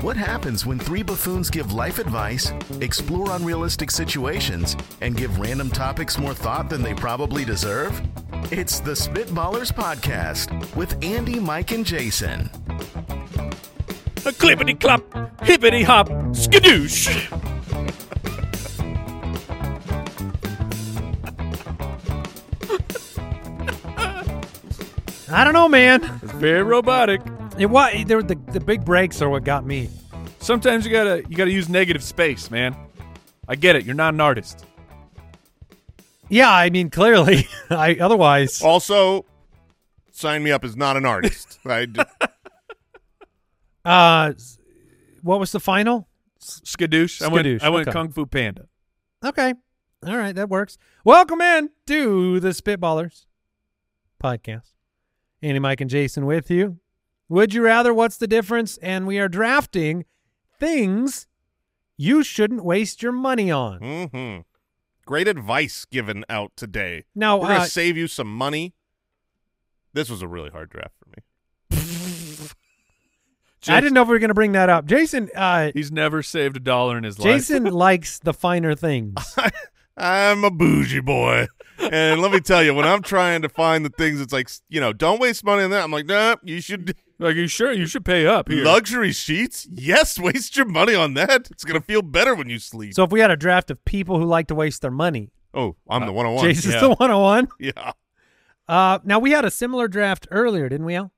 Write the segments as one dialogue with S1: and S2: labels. S1: What happens when three buffoons give life advice, explore unrealistic situations, and give random topics more thought than they probably deserve? It's the Spitballers Podcast with Andy, Mike, and Jason.
S2: A clippity clop, hippity hop, skadoosh.
S3: I don't know, man.
S2: It's very robotic.
S3: It wa there, the, the big breaks are what got me.
S2: Sometimes you gotta you gotta use negative space, man. I get it. You're not an artist.
S3: Yeah, I mean, clearly, I otherwise.
S4: Also, sign me up as not an artist. I d-
S3: Uh, s- what was the final?
S2: Skadoosh. I went.
S3: Skadoosh,
S2: I went
S3: okay.
S2: Kung Fu Panda.
S3: Okay, all right, that works. Welcome in to the Spitballers podcast. Andy, Mike, and Jason with you. Would you rather? What's the difference? And we are drafting things you shouldn't waste your money on.
S4: Mhm. Great advice given out today.
S3: Now,
S4: We're gonna
S3: uh,
S4: save you some money. This was a really hard draft for me.
S3: I didn't know if we were going to bring that up. Jason, uh,
S2: He's never saved a dollar in his
S3: Jason likes the finer things.
S4: I'm a bougie boy, and let me tell you, when I'm trying to find the things, it's like you know, don't waste money on that. I'm like, nah, you should
S2: life. Like you sure you should pay up here.
S4: luxury sheets. Yes, waste your money on that. It's gonna feel better when you sleep.
S3: So if we had a draft of people who like to waste their money,
S4: oh, I'm
S3: uh,
S4: the one on one.
S3: Jason's
S2: yeah.
S3: the 101.
S4: Yeah,
S3: Uh, now we had a similar draft earlier, didn't we, Al?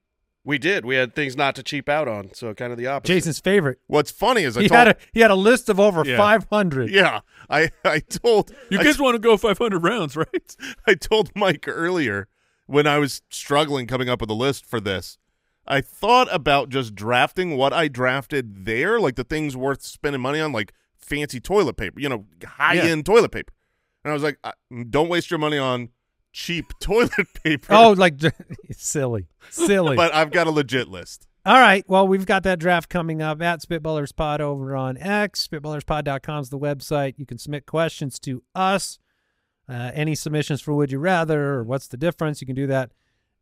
S5: We did. We had things not to cheap out on, so kind of the opposite.
S3: Jason's favorite.
S4: what's funny is I
S3: He
S4: told
S3: had a he had a list of over
S2: Yeah.
S3: 500.
S4: yeah, I I told
S2: You
S4: I
S2: guys want to go 500 rounds, right?
S4: I told Mike earlier when I was struggling coming up with a list for this. I thought about just drafting what I drafted there, like the things worth spending money on, like fancy toilet paper, you know, high end toilet paper. And I was like, I- don't waste your money on cheap toilet paper.
S3: Oh, like silly, silly.
S4: but I've got a legit list.
S3: All right. Well, we've got that draft coming up at Spitballers Pod over on X. Spitballerspod.com is the website. You can submit questions to us. Uh, any submissions for Would You Rather or What's the Difference? You can do that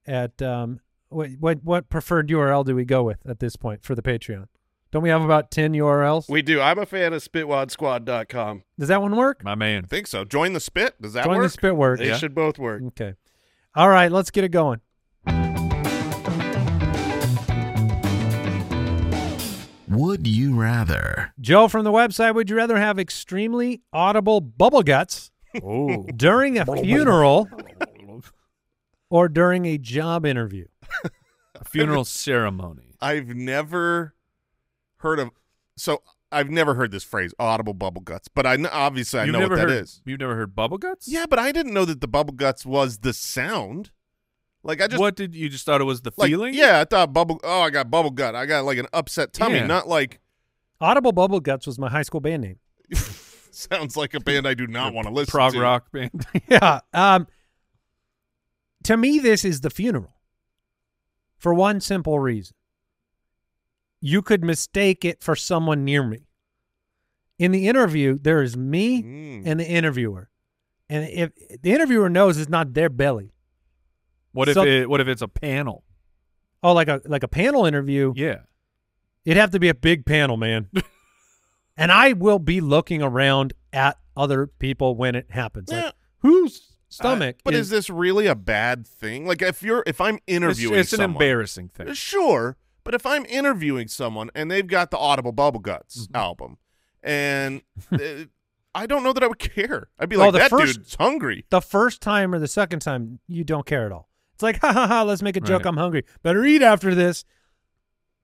S3: at um, what, what, what preferred URL do we go with at this point for the Patreon? Don't we have about 10 URLs?
S5: we do. I'm a fan of SpitwadSquad.com.
S3: Does that one work?
S2: My man.
S4: I think so. Join the spit. Does that
S3: Join the
S4: work?
S3: spit work.
S5: They should both work.
S3: Okay. All right. Let's get it going.
S1: Would you rather?
S3: Joe from the website Would you rather have extremely audible bubble guts during a funeral or during a job interview?
S2: A funeral ceremony.
S4: I've never heard of. So I've never heard this phrase, audible bubble guts, but I kn- obviously I
S2: you've
S4: know
S2: never
S4: what that
S2: heard.
S4: is.
S2: You've never heard bubble guts?
S4: Yeah, but I didn't know that the bubble guts was the sound. Like I just
S2: what did you just thought it was the
S4: like,
S2: feeling?
S4: Yeah, I thought bubble. Oh, I got bubble gut. I got like an upset tummy.
S2: Yeah.
S4: Not like
S3: Audible Bubble Guts was my high school band name.
S4: sounds like a band I do not want to listen
S2: Prog
S4: to.
S2: rock band.
S3: yeah. Um, to me, this is the funeral for one simple reason. You could mistake it for someone near me. In the interview, there is me
S4: Mm.
S3: and the interviewer. And if the interviewer knows it's not their belly,
S2: What if
S3: So-
S2: it? What if it's a panel?
S3: oh, like a like a panel interview,
S2: Yeah.
S3: it'd have to be a big panel, man. and I will be looking around at other people when it happens. Like,
S4: Yeah.
S3: whose stomach?
S4: But is, this really a bad thing? Like if you're if I'm interviewing
S2: It's, it's an
S4: someone,
S2: embarrassing thing.
S4: Sure, but if I'm interviewing someone and they've got the audible bubble
S3: Mm-hmm.
S4: guts album, and uh, I don't know that I would care. I'd be
S3: Well,
S4: like,
S3: the
S4: that
S3: first-
S4: dude's hungry.
S3: the first time or the second time, you don't care at all. It's like, ha ha ha, let's make a joke.
S2: Right.
S3: I'm hungry. Better eat after this.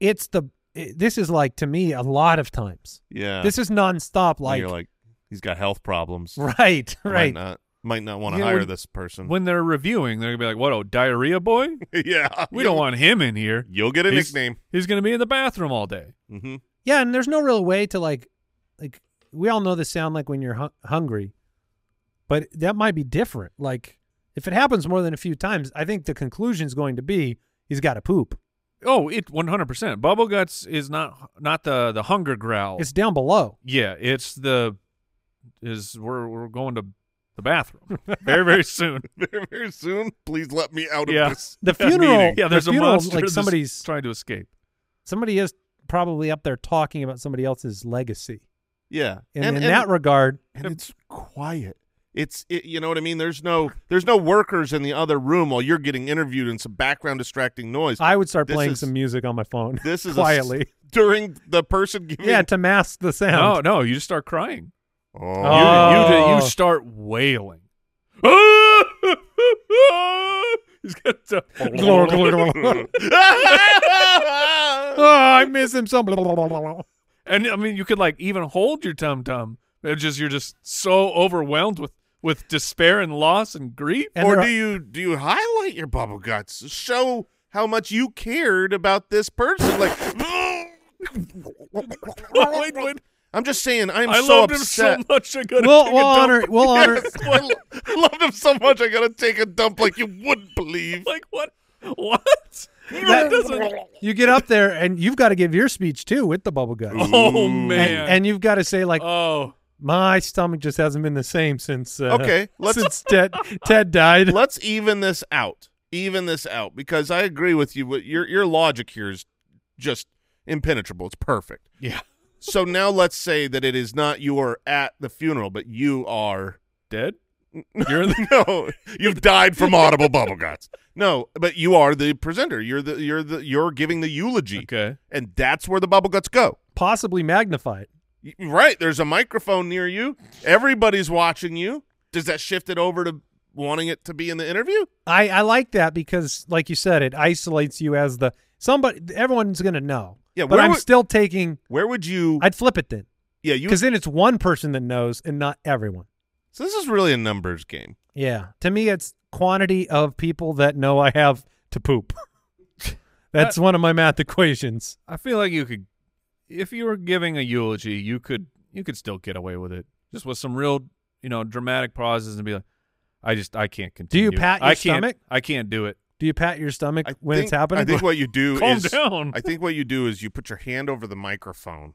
S3: It's the, it- this is like to me a lot of times.
S4: Yeah,
S3: This is nonstop,
S4: And
S3: like,
S4: you're like he's got health problems.
S3: right,
S4: Why
S3: right.
S4: not? might not want to
S2: You know,
S4: hire
S2: when-
S4: this person.
S2: When they're reviewing, they're gonna be like, "What? Oh, diarrhea boy?
S4: yeah,
S2: We don't want him in here.
S4: You'll get a
S2: He's-
S4: nickname.
S2: He's gonna be in the bathroom all day."
S4: hmm
S3: Yeah, and there's no real way to like, like we all know the sound like when you're hu- hungry, but that might be different. Like if it happens more than a few times, I think the conclusion is going to be he's got to poop.
S2: Oh, it 100. percent Bubble guts is not not the the hunger
S4: Oh.
S2: growl.
S3: It's down below.
S2: yeah, it's the is we're we're going to the bathroom very very soon.
S4: Very, very soon. Please let me out of
S2: Yeah.
S4: this.
S3: The funeral.
S2: yeah, there's
S3: the
S2: a
S3: funeral,
S2: monster.
S3: Like
S2: that's
S3: somebody's
S2: trying to escape.
S3: somebody is probably up there talking about somebody else's legacy.
S4: Yeah,
S3: And, in that regard,
S4: and it's quiet. It's it, you know what I mean. There's no there's no workers in the other room while you're getting interviewed and some background distracting noise.
S3: I would start
S4: this
S3: playing
S4: is-
S3: some music on my phone.
S4: this is a-
S3: quietly.
S4: during the person giving.
S3: yeah, to mask the
S2: No,
S3: sound.
S2: no, you just start crying.
S4: Oh.
S2: You- You,
S3: Oh.
S2: you start wailing. He's got to-
S3: oh, I miss him so. blah, blah, blah, blah, blah.
S2: and I mean, you could like even hold your tum tum. It just you're just so overwhelmed with with despair and loss and grief.
S3: And
S4: or
S3: there
S4: do
S3: are-
S4: you do you highlight your bubble guts? Show how much you cared about this person. Like,
S2: Wait, wait,
S4: I'm just saying, I'm
S2: I
S4: so
S2: loved
S4: upset.
S2: him so much. I gotta
S3: We'll,
S2: take a
S3: we'll
S2: dump.
S3: honor. We'll honor.
S4: Yes, I lo- I loved him so much. I gotta take a dump like you wouldn't believe.
S2: Like what? What? That doesn't-
S3: You get up there and you've got to give your speech too with the bubble guts.
S2: oh
S3: and,
S2: man.
S3: and you've got to say like,
S2: oh,
S3: my stomach just hasn't been the same since. Uh,
S4: Okay, let's-
S3: since Ted Ted died.
S4: Let's even this out. Even this out because I agree with you. What your your logic here is just impenetrable. It's perfect.
S2: yeah.
S4: So now let's say that it is not you are at the funeral, but you are
S2: Dead. You're in the
S4: no, you've died from audible bubble guts. No, but you are the presenter. You're the you're the you're giving the eulogy,
S2: okay.
S4: and that's where the bubble guts go.
S3: Possibly magnify it.
S4: Y- Right? There's a microphone near you. Everybody's watching you. Does that shift it over to wanting it to be in the interview?
S3: I I like that because, like you said, it isolates you as the somebody. Everyone's gonna know.
S4: Yeah,
S3: but
S4: where
S3: I'm
S4: would-
S3: still taking.
S4: Where would you?
S3: I'd flip it then,
S4: yeah, you.
S3: because then it's one person that knows and not everyone.
S4: So this is really a numbers game.
S3: Yeah. To me, it's quantity of people that know I have to poop. That's one of my math equations.
S2: I feel like you could, if you were giving a eulogy, you could you could still get away with it, just with some real you know dramatic pauses and be like, I just I can't continue.
S3: pat your
S2: I can't,
S3: stomach?
S2: I can't do it.
S3: Do you pat your stomach
S4: I
S3: when
S4: think,
S3: it's happening?
S4: I think what you do
S2: Calm
S4: is
S2: down.
S4: I think what you do is you put your hand over the microphone,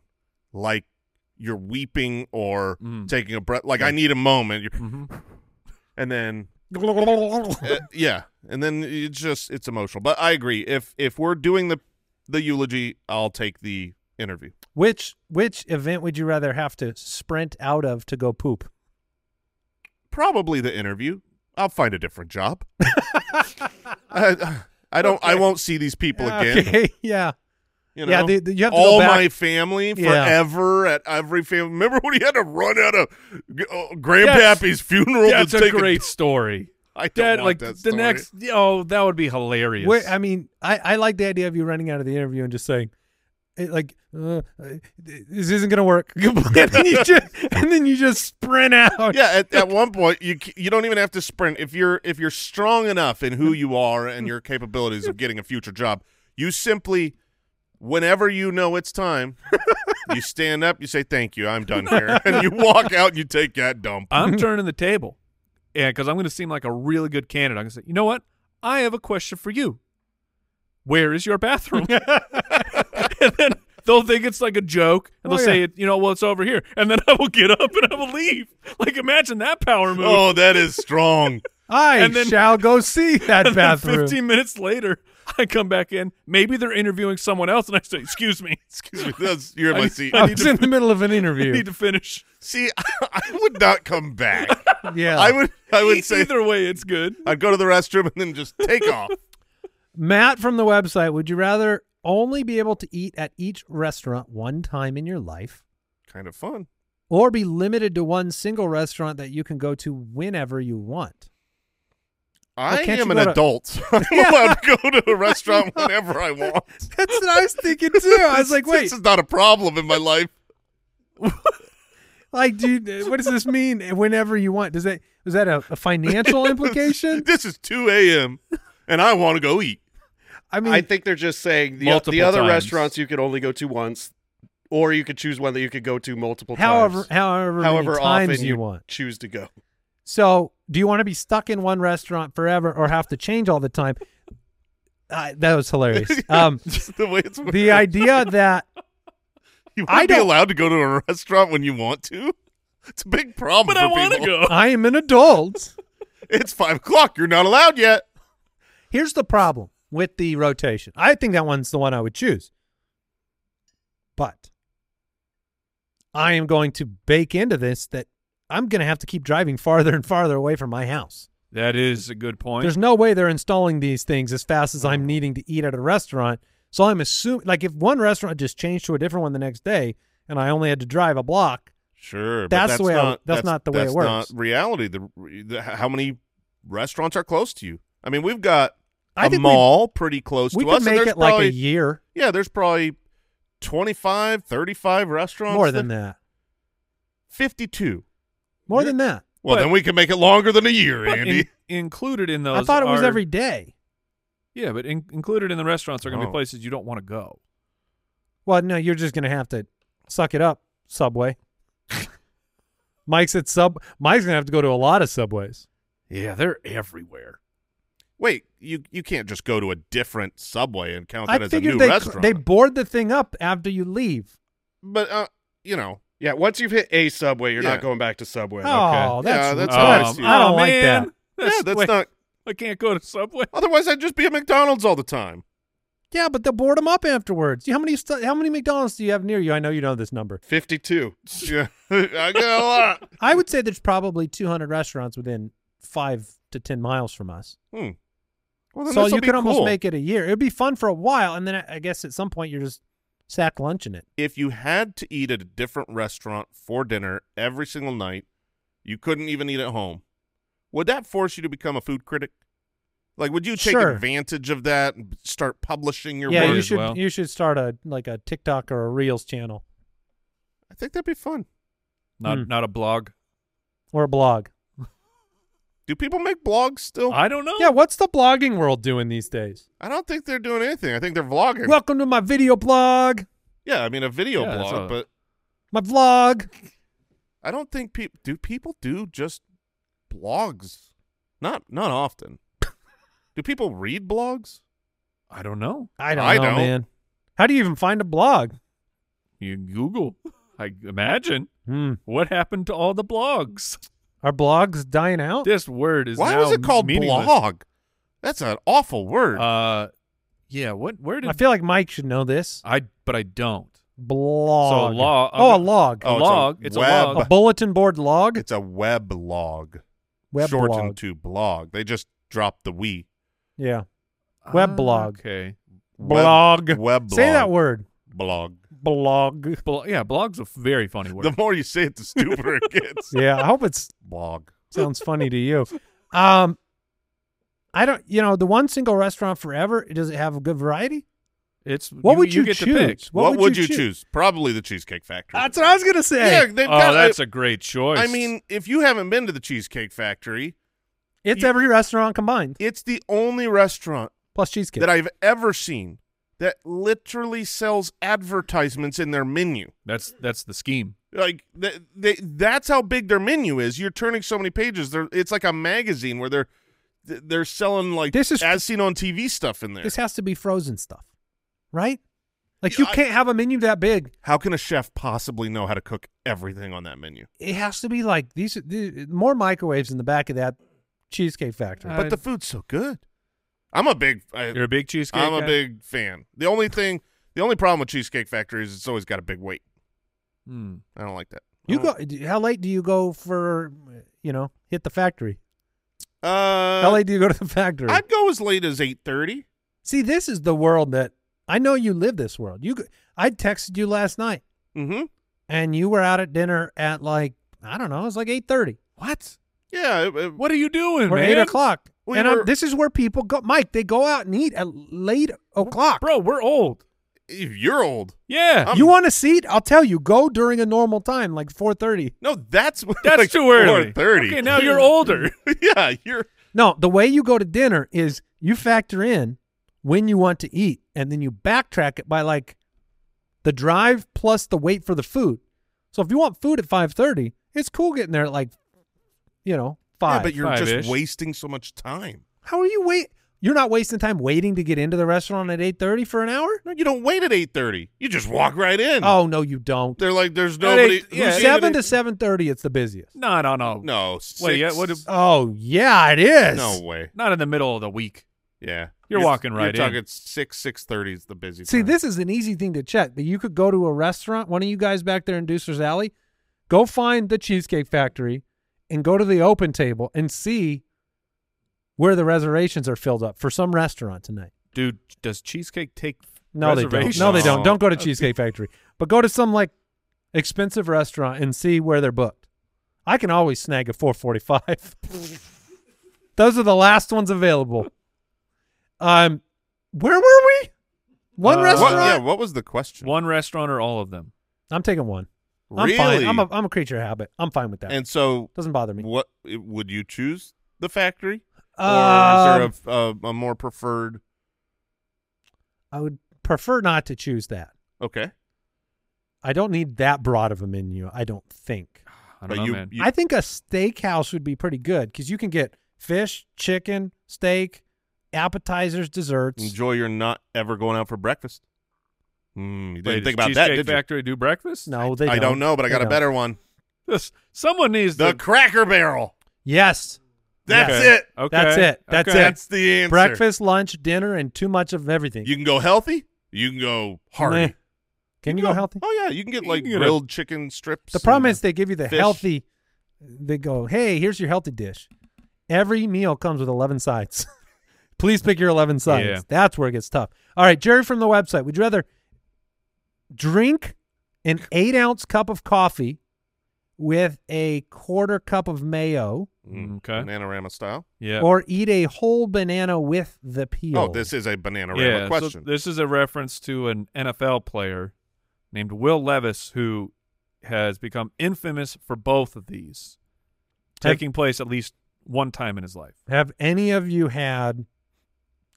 S4: like you're weeping or
S2: Mm.
S4: taking a breath. Like I need a moment, You're-
S3: Mm-hmm.
S2: hmm
S4: and then uh, yeah, and then it's just it's emotional. But I agree. If if we're doing the the eulogy, I'll take the interview.
S3: which which event would you rather have to sprint out of to go poop?
S4: Probably the interview. I'll find a different job. I, I don't. I won't see these people again.
S3: Ah, Okay, yeah.
S4: You know?
S3: Yeah, the- the- you have to go
S4: all
S3: back-
S4: my family
S3: Yeah.
S4: forever at every family. Remember when he had to run out of g- uh, grandpappy's funeral
S2: That's
S4: to
S2: a
S4: take
S2: great story.
S4: A, I don't
S2: That
S4: want
S2: like
S4: that
S2: the
S4: story.
S2: next. Oh, that would be hilarious.
S3: Where, I mean, I, I like the idea of you running out of the interview and just saying, it, like, uh, uh, this isn't going to work. and, then you just, and then you just sprint out.
S4: Yeah, at, at one point you c- you don't even have to sprint if you're if you're strong enough in who you are and your capabilities of getting a future job. You simply, whenever you know it's time, you stand up, you say thank you, I'm done here, and you walk out and you take that dump.
S2: I'm turning the table, yeah, because I'm going to seem like a really good candidate. I'm going to say, you know what? I have a question for you. Where is your bathroom? and then they'll think it's like a joke, and they'll
S3: Oh,
S2: say,
S3: yeah.
S2: it, you know, well, it's over here. And then I will get up and I will leave. Like, imagine that power move.
S4: Oh, that is strong.
S3: I
S2: And then-
S3: shall go see that
S2: and then
S3: bathroom.
S2: 15 minutes later, I come back in. Maybe they're interviewing someone else, and I say, excuse me.
S4: Excuse me, that's, you're in
S2: I-
S4: my seat.
S3: I was in the middle of an
S2: I
S3: interview.
S2: need to finish.
S4: See, I would not come back.
S3: Yeah.
S4: I would I would say
S2: E-, Either way, it's good.
S4: I'd go to the restroom and then just take off.
S3: Matt from the website, would you rather only be able to eat at each restaurant one time in your life
S4: Kind of fun.
S3: or be limited to one single restaurant that you can go to whenever you want?
S4: I
S3: can't you
S4: am an
S3: go to-
S4: adult. I'm allowed to go to a restaurant whenever I want.
S3: That's what I was thinking too. I was like,
S4: This is not a problem in my life.
S3: Like, dude, what does this mean? Whenever you want. Does that was that a, a financial implication?
S4: this is 2 a.m. and I want to go eat.
S3: I mean,
S5: I think they're just saying the,
S2: Multiple
S5: the other
S2: times.
S5: restaurants you could only go to once, or you could choose one that you could go to multiple
S3: however,
S5: times.
S3: however,
S5: however
S3: many times
S5: often
S3: you want.
S5: choose to go.
S3: So, do you want to be stuck in one restaurant forever or have to change all the time? Uh, that was hilarious. Um,
S4: Just the way it's
S3: the idea that
S4: you
S3: I
S4: want to be
S3: don't-
S4: allowed to go to a restaurant when you want to. It's a big problem.
S2: But
S4: for
S2: I want to go.
S4: people.
S3: I am an adult.
S4: It's five o'clock. You're not allowed yet.
S3: Here's the problem with the rotation. I think that one's the one I would choose. But I am going to bake into this that I'm going to have to keep driving farther and farther away from my house.
S2: That is a good point.
S3: There's no way they're installing these things as fast as I'm needing to eat at a restaurant. So I'm assuming, like, if one restaurant just changed to a different one the next day, and I only had to drive a block,
S4: Sure, but
S3: That's the way I-
S4: not,
S3: that's not the way it
S4: that's
S3: works.
S4: Not reality. The, the how many restaurants are close to you? I mean, we've got
S3: I
S4: a
S3: think we-
S4: mall pretty close
S3: we
S4: to
S3: could
S4: us. and
S3: make
S4: there's
S3: it like
S4: probably-
S3: a year
S4: Yeah, there's probably 25, 35 restaurants.
S3: more than that.
S4: 52.
S3: More than that.
S4: Well,
S2: But-
S4: then we can make it longer than a year,
S2: But in-
S4: Andy.
S2: included in those.
S3: I thought it was
S2: are-
S3: every day.
S2: Yeah, but in, included in the restaurants are going to
S4: Oh.
S2: be places you don't want to go.
S3: Well, no, you're just gonna have to suck it up, Subway. Mike's at sub. Mike's gonna have to go to a lot of Subways.
S2: Yeah, they're everywhere.
S4: Wait, you you can't just go to a different Subway and count that
S3: I
S4: as a new
S3: figured they
S4: restaurant.
S3: they board the thing up after you leave.
S4: but uh, you know,
S5: Yeah, once you've hit a subway, you're
S4: Yeah.
S5: not going back to Subway.
S3: Oh, that's
S4: Yeah, that's
S3: rude.
S4: how I
S3: That's-
S4: see it.
S3: I don't
S2: oh,
S3: like
S2: man.
S3: that.
S4: yeah, that's
S2: wait,
S4: not.
S2: I can't go to Subway.
S4: Otherwise, I'd just be at McDonald's all the time.
S3: Yeah, but they'll board them up afterwards. How many st- how many McDonald's do you have near you? I know you know this number.
S5: Fifty-two.
S4: Yeah, I got a lot.
S3: I would say there's probably 200 restaurants within five to 10 miles from us.
S4: Hmm. Well, then
S3: so
S4: this'll
S3: you
S4: be
S3: could almost
S4: cool.
S3: make it a year. It would be fun for a while, and then I- I guess at some point you're just sack lunching it.
S4: if you had to eat at a different restaurant for dinner every single night, you couldn't even eat at home. Would that force you to become a food critic? Like, would you take
S3: Sure.
S4: advantage of that and start publishing your
S3: yeah,
S4: work?
S3: you
S2: as
S3: should
S2: well.
S3: you should start a like a TikTok or a Reels channel
S4: I think that'd be fun.
S2: Not
S3: Hmm.
S2: not a blog.
S3: or a blog.
S4: Do people make blogs still? I,
S2: I don't know.
S3: Yeah, what's the blogging world doing these days?
S4: don't think they're doing anything. I think they're vlogging.
S3: Welcome to my video blog,
S4: yeah, I mean a video
S2: Yeah, that's
S4: blog,
S2: a-
S4: but
S3: my vlog.
S4: I don't think people do people do just blogs. Not not often. do people read blogs?
S2: I don't know.
S3: I don't
S4: I
S3: know,
S4: don't.
S3: man. How do you even find a blog?
S2: You Google. I imagine
S3: Hmm.
S2: what happened to all the blogs.
S3: Are blogs dying out?
S2: This word is
S4: Why
S2: now
S4: was it called
S2: meaningless.
S4: blog? That's an awful word.
S2: Uh, yeah. What? Where did
S3: I feel like Mike should know this.
S2: I? But I don't.
S3: Blog.
S2: log-
S3: Oh, a log.
S4: Oh,
S2: a
S4: it's a
S2: log. It's a,
S4: web.
S3: a
S2: log.
S3: bulletin board log.
S4: It's a web log.
S3: web
S4: shortened
S3: blog.
S4: to blog. They just dropped the we.
S3: yeah. Web
S2: Ah,
S3: blog.
S2: Okay.
S3: Blog.
S4: Web, web blog.
S3: Say that word.
S4: Blog.
S3: Blog.
S2: Blo- yeah, blog's a very funny word.
S4: The more you say it, the stupider it gets.
S3: Yeah, I hope it's
S4: Blog.
S3: sounds funny to you. Um, I don't. You know, the one single restaurant forever. Does it have a good variety?
S2: it's
S3: What would
S2: you,
S3: you
S2: get
S3: choose?
S2: to pick.
S4: What, would, you, choose? Probably the Cheesecake Factory.
S3: That's what I was gonna say.
S4: yeah, they've
S2: oh,
S4: got.
S2: that's a great choice.
S4: I mean, if you haven't been to the Cheesecake Factory,
S3: It's
S4: You-
S3: every restaurant combined,
S4: it's the only restaurant
S3: plus cheesecake.
S4: that I've ever seen that literally sells advertisements in their menu.
S2: that's that's the scheme.
S4: like th- they, that's how big their menu is you're turning so many pages they're, it's like a magazine where they're th- they're selling like
S3: This is-
S4: as seen on tv stuff in there
S3: this has to be frozen stuff, right? Like
S4: Yeah,
S3: you
S4: I-
S3: can't have a menu that big.
S4: how can a chef possibly know how to cook everything on that menu
S3: It has to be like these, the more microwaves in the back of that cheesecake factory.
S4: but the food's so good i'm a big I,
S2: Uh, You're a big cheesecake.
S4: i'm a
S2: guy?
S4: big fan the only thing the only problem with cheesecake factory is it's always got a big weight
S2: Hmm.
S4: i don't like that Uh, I
S3: you
S4: don't-
S3: go. How late do you go for? You know, hit the factory. How
S4: uh
S3: late do you go to the factory?
S4: i'd go as late as 8.30
S3: See, this is the world that I know you live. This world. You. g- I texted you last night,
S4: mm-hmm
S3: and you were out at dinner at like I don't know. It was like eight thirty
S2: What?
S4: yeah it- it-
S2: What are you doing,
S3: or
S2: man?
S3: eight o'clock.
S4: We
S3: and I'm-
S4: were-
S3: this is where people go. Mike, they go out and eat at late o'clock.
S2: Bro, we're old.
S4: If you're old.
S2: Yeah.
S4: I'm-
S3: you want a seat? I'll tell you. Go during a normal time, like four thirty.
S4: No, that's
S2: that's
S4: like
S2: too early.
S4: 4:30.
S2: Okay, now you're older.
S4: yeah, you're
S3: No, the way you go to dinner is you factor in when you want to eat, and then you backtrack it by like the drive plus the wait for the food. So if you want food at five thirty, it's cool getting there at like, you know, five.
S4: Yeah, but you're
S2: Five-ish.
S4: just wasting so much time.
S3: How are you wait? You're not wasting time waiting to get into the restaurant at eight thirty for an hour.
S4: No, you don't wait at 8:30. You just walk right in.
S3: Oh no, you don't.
S4: They're like there's
S2: At
S4: nobody
S2: eight- yeah,
S4: who's
S3: Seven
S4: even-
S3: to seven thirty, it's the busiest.
S2: No, no, no.
S4: No, six,
S2: Wait, yeah, what if-
S3: Oh yeah, it is.
S4: No way.
S2: Not in the middle of the week.
S4: Yeah.
S2: You're walking right
S4: you're
S2: in.
S4: talking 6 6:30 is the busy
S3: See,
S4: time.
S3: this is an easy thing to check. That you could go to a restaurant. One of you guys back there in Deucer's Alley, go find the Cheesecake Factory, and go to the open table and see where the reservations are filled up for some restaurant tonight.
S2: Dude, does cheesecake take
S3: No, they don't. No, they
S2: reservations?
S3: don't. Don't go to Cheesecake Factory, but go to some like expensive restaurant and see where they're booked. I can always snag a 445. Those are the last ones available. Um, where were we? One
S2: Uh,
S4: what,
S3: restaurant.
S4: yeah, what was the question?
S2: One restaurant or all of them?
S3: I'm taking one.
S4: really?
S3: I'm fine. I'm a, I'm a creature of habit. I'm fine with that.
S4: and so
S3: Doesn't bother me.
S4: what would you choose? The factory? or
S3: Um,
S4: is there a, a, a more preferred?
S3: I would prefer not to choose that.
S4: Okay.
S3: I don't need that broad of a menu. I don't think.
S2: I
S4: But
S2: don't know,
S4: you-
S2: man.
S4: you-
S3: I think a steakhouse would be pretty good because you can get fish, chicken, steak, appetizers, desserts.
S4: Enjoy your not ever going out for breakfast. Hmm, you didn't
S2: Wait,
S4: think
S2: does
S4: about that,
S2: Cheesecake
S4: did you?
S2: Factory do breakfast?
S3: no, they.
S4: I
S3: don't,
S4: don't know, but I
S3: They
S4: got a
S3: don't.
S4: better one.
S2: This- someone needs
S4: The
S2: to.
S4: Cracker Barrel.
S3: Yes,
S4: That's
S2: Okay.
S4: it.
S2: Okay.
S3: That's it. That's
S2: Okay.
S3: it.
S4: That's the answer.
S3: breakfast, lunch, dinner, and too much of everything.
S4: You can go healthy. You can go hearty.
S3: Meh. Can you go healthy?
S4: Oh yeah, you can get
S2: You
S4: like
S2: can get a-
S4: grilled chicken strips.
S3: The problem
S4: and-
S3: is they give you the
S4: fish.
S3: healthy. They go, hey, here's your healthy dish. Every meal comes with 11 sides. Please pick your 11 sides.
S2: Yeah.
S3: That's where it gets tough. All right, Jerry from the website. Would you rather drink an eight ounce cup of coffee with a quarter cup of mayo
S4: Mm,
S2: Okay.
S4: Bananarama style.
S2: Yeah.
S3: or eat a whole banana with the peel?
S4: Oh, this is a bananarama
S2: yeah, so
S4: question.
S2: this is a reference to an NFL player named Will Levis who has become infamous for both of these,
S3: Have-
S2: taking place at least one time in his life.
S3: Have any of you had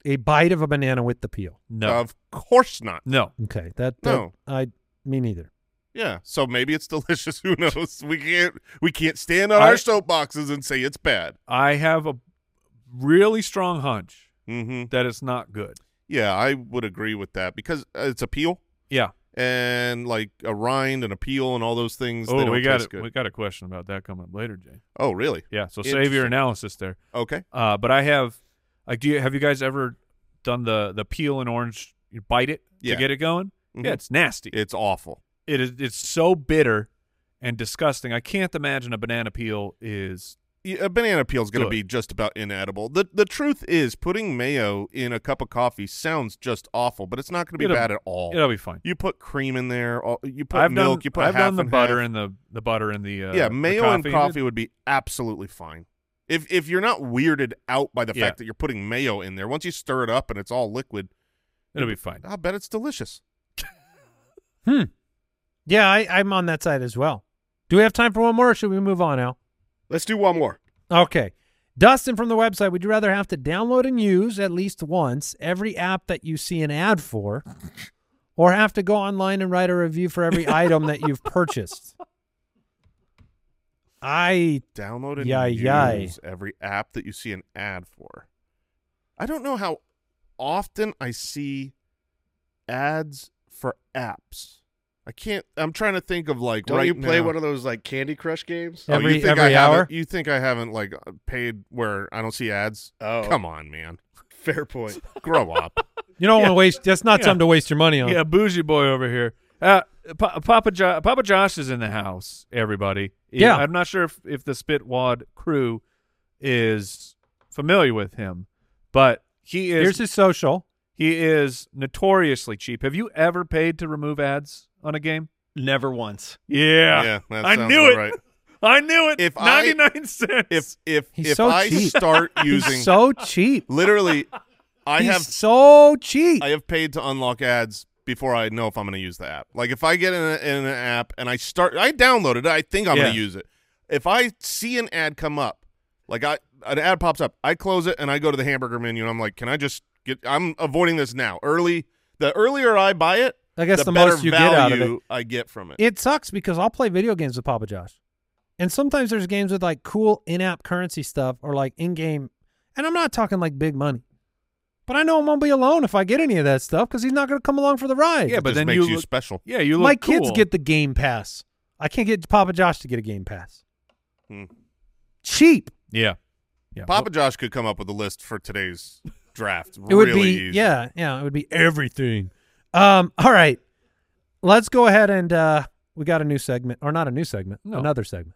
S3: a bite of a banana with the peel?
S2: No.
S4: Of course not.
S2: no.
S3: Okay, that, that
S4: No.
S3: I me neither.
S4: Yeah. So maybe it's delicious. Who knows? We can't we can't stand on
S2: I-
S4: our soapboxes and say it's bad.
S2: I have a really strong hunch
S4: Mm-hmm.
S2: that it's not good.
S4: Yeah, I would agree with that because uh, it's a peel
S2: Yeah.
S4: and like a rind and a peel and all those things. they
S2: Oh,
S4: don't
S2: we got
S4: taste
S2: it.
S4: good.
S2: We got a question about that coming up later, Jay.
S4: Oh, really?
S2: Yeah. So save your
S4: Interesting.
S2: analysis there.
S4: Okay.
S2: Uh, but I have, like, do you have you guys ever done the the peel and orange? You bite it
S4: Yeah.
S2: to get it going.
S4: Mhm.
S2: Yeah, it's nasty.
S4: It's awful.
S2: it is it's so bitter and disgusting. I can't imagine a banana peel is
S4: Y- A banana peel is going to
S2: Good.
S4: be just about inedible. the The truth is, putting mayo in a cup of coffee sounds just awful, but it's not going to be
S2: It'll-
S4: bad at all.
S2: it'll be fine.
S4: You put cream in there. all- You put
S2: I've
S4: milk.
S2: done
S4: you put
S2: I've
S4: half
S2: done the
S4: and
S2: butter
S4: half.
S2: and the the butter and the uh,
S4: yeah,
S2: the
S4: mayo
S2: coffee.
S4: and coffee would be absolutely fine. If if you're not weirded out by the
S2: Yeah.
S4: fact that you're putting mayo in there, once you stir it up and it's all liquid,
S2: It'll be fine.
S4: I bet it's delicious.
S3: Hmm. Yeah, I, I'm on that side as well. Do we have time for one more or should we move on, Al?
S5: Let's do one more.
S3: Okay. Dustin from the website, would you rather have to download and use at least once every app that you see an ad for or have to go online and write a review for every item that you've purchased? I
S4: Download and
S3: Yay, yay.
S4: use every app that you see an ad for. I don't know how often I see ads for apps. I can't. I'm trying to think of like.
S5: Don't
S4: right
S5: you play
S4: now-
S5: one of those like Candy Crush games?
S4: Oh,
S3: Every-
S4: you think
S3: every
S4: I haven't-
S3: hour?
S4: You think I haven't like paid where I don't see ads?
S5: Oh.
S4: come on, man,
S5: Fair point.
S4: grow up.
S3: you don't want to waste that's not
S2: Yeah.
S3: something to waste your money on.
S2: Yeah, bougie boy over here. Uh, Pa- Papa jo- Papa Josh is in the house. Everybody.
S3: Yeah.
S2: I'm not sure if if the Spitwad crew is familiar with him, but he is.
S3: Here's his social.
S2: he is notoriously cheap. Have you ever paid to remove ads on a game?
S6: Never once.
S2: Yeah.
S4: Yeah, that
S2: I
S4: sounds
S2: knew it.
S4: about right.
S2: I knew it.
S4: If I-
S2: 99 cents.
S4: If if
S3: He's
S4: if
S3: so
S4: I
S3: cheap.
S4: start using
S3: He's so cheap.
S4: literally, I
S3: He's
S4: have
S3: so cheap.
S4: I have paid to unlock ads before I know if I'm going to use the app. Like if I get in, a, in an app and I start, I downloaded it. I think I'm going
S2: Yeah.
S4: to use it. If I see an ad come up, like I an ad pops up, I close it and I go to the hamburger menu and I'm like, can I just get? I'm avoiding this now. Early, the earlier I buy it,
S3: I guess
S4: the,
S3: the,
S4: better
S3: most you
S4: value
S3: get out of it.
S4: I get from it.
S3: It sucks because I'll play video games with Papa Josh. And sometimes there's games with like cool in app currency stuff or like in game. And I'm not talking like big money. But I know I'm going to be alone if I get any of that stuff because he's not going to come along for the ride.
S2: Yeah, but
S4: just
S2: then
S4: makes
S2: you
S4: you,
S2: look-
S4: special.
S2: Yeah, you look
S3: My kids
S2: cool.
S3: get the Game Pass. I can't get Papa Josh to get a Game Pass.
S4: Hmm.
S3: Cheap.
S2: yeah, yeah.
S4: Papa Josh could come up with a list for today's draft.
S3: It would
S4: really
S3: be
S4: easy.
S3: yeah, yeah. It would be everything. Um. All right, let's go ahead and uh, we got a new segment, or not a new segment,
S2: No.
S3: another segment.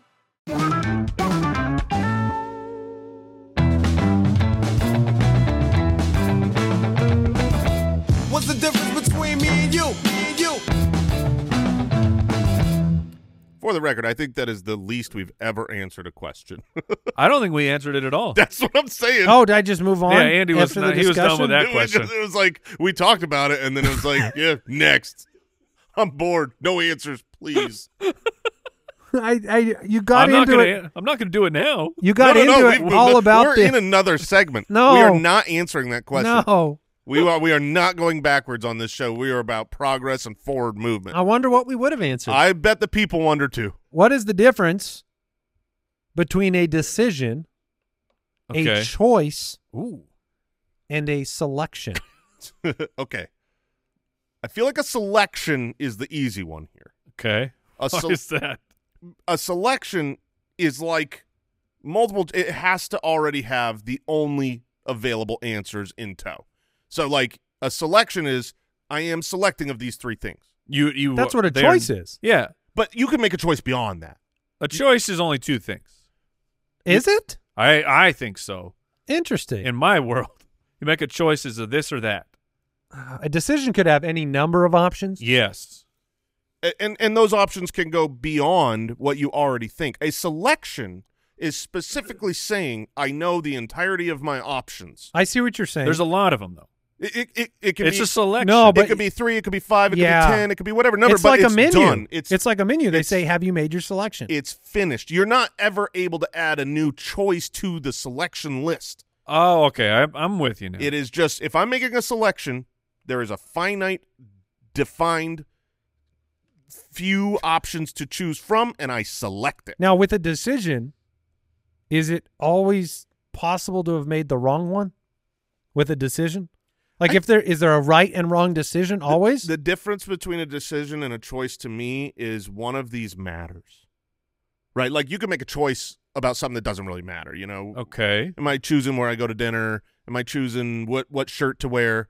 S7: What's the difference between me and you? Me and you.
S4: For the record, I think that is the least we've ever answered a question.
S2: I don't think we answered it at all.
S4: That's what I'm saying.
S3: Oh, did I just move on?
S2: Yeah, Andy was
S3: after
S2: not-
S3: the
S2: he was done with
S3: discussion?
S2: that.
S4: it, was
S2: question.
S4: just- it was like we talked about it, and then it was like, yeah, next. I'm bored. No answers, please.
S3: I, I, you got
S2: I'm not
S3: into
S2: gonna.
S3: it.
S2: an- I'm not gonna do it now.
S3: You got
S4: no, no,
S3: into
S4: no,
S3: it
S4: we've-
S3: all about
S4: We're
S3: the-
S4: in another segment.
S3: No.
S4: we are not answering that question.
S3: No,
S4: We are. We are not going backwards on this show. We are about progress and forward movement.
S3: I wonder what we would have answered.
S4: I bet the people wonder too.
S3: what is the difference between a decision,
S2: Okay.
S3: a choice,
S2: Ooh.
S3: and a selection?
S4: okay. I feel like a selection is the easy one here.
S2: Okay.
S4: A,
S2: What
S4: sel-
S2: is that?
S4: a selection is like multiple it has to already have the only available answers in tow. So like a selection is I am selecting of these three things.
S2: You. You.
S3: That's what a
S2: they are-
S3: choice is.
S2: Yeah.
S4: But you can make a choice beyond that.
S2: A choice is only two things.
S3: Is it
S2: I. I think so.
S3: interesting?
S2: In my world, you make a choice is a this or that.
S3: a decision could have any number of options.
S2: Yes.
S4: A- And and those options can go beyond what you already think. A selection is specifically saying I know the entirety of my options.
S3: I see what you're saying.
S2: There's a lot of them though.
S4: It it, it, it can
S2: It's
S4: be
S2: a selection.
S3: No, Oh, but-
S4: it could be three, it could be five, it
S3: Yeah.
S4: could be ten, it could be whatever number.
S3: it's
S4: but
S3: like
S4: it's
S3: a menu.
S4: Done.
S3: It's, like a menu. They
S4: it's-
S3: say, "Have you made your selection?"
S4: It's finished. You're not ever able to add a new choice to the selection list.
S2: Oh, okay. I, I'm with you now.
S4: It is just if I'm making a selection, there is a finite, defined few options to choose from, and I select it.
S3: now, with a decision, is it always possible to have made the wrong one with a decision? Like, if there is there a right and wrong decision always?
S4: The, the difference between a decision and a choice to me is one of these matters. Right? Like you can make a choice about something that doesn't really matter, you know.
S2: Okay.
S4: Am I choosing where I go to dinner? Am I choosing what what shirt to wear?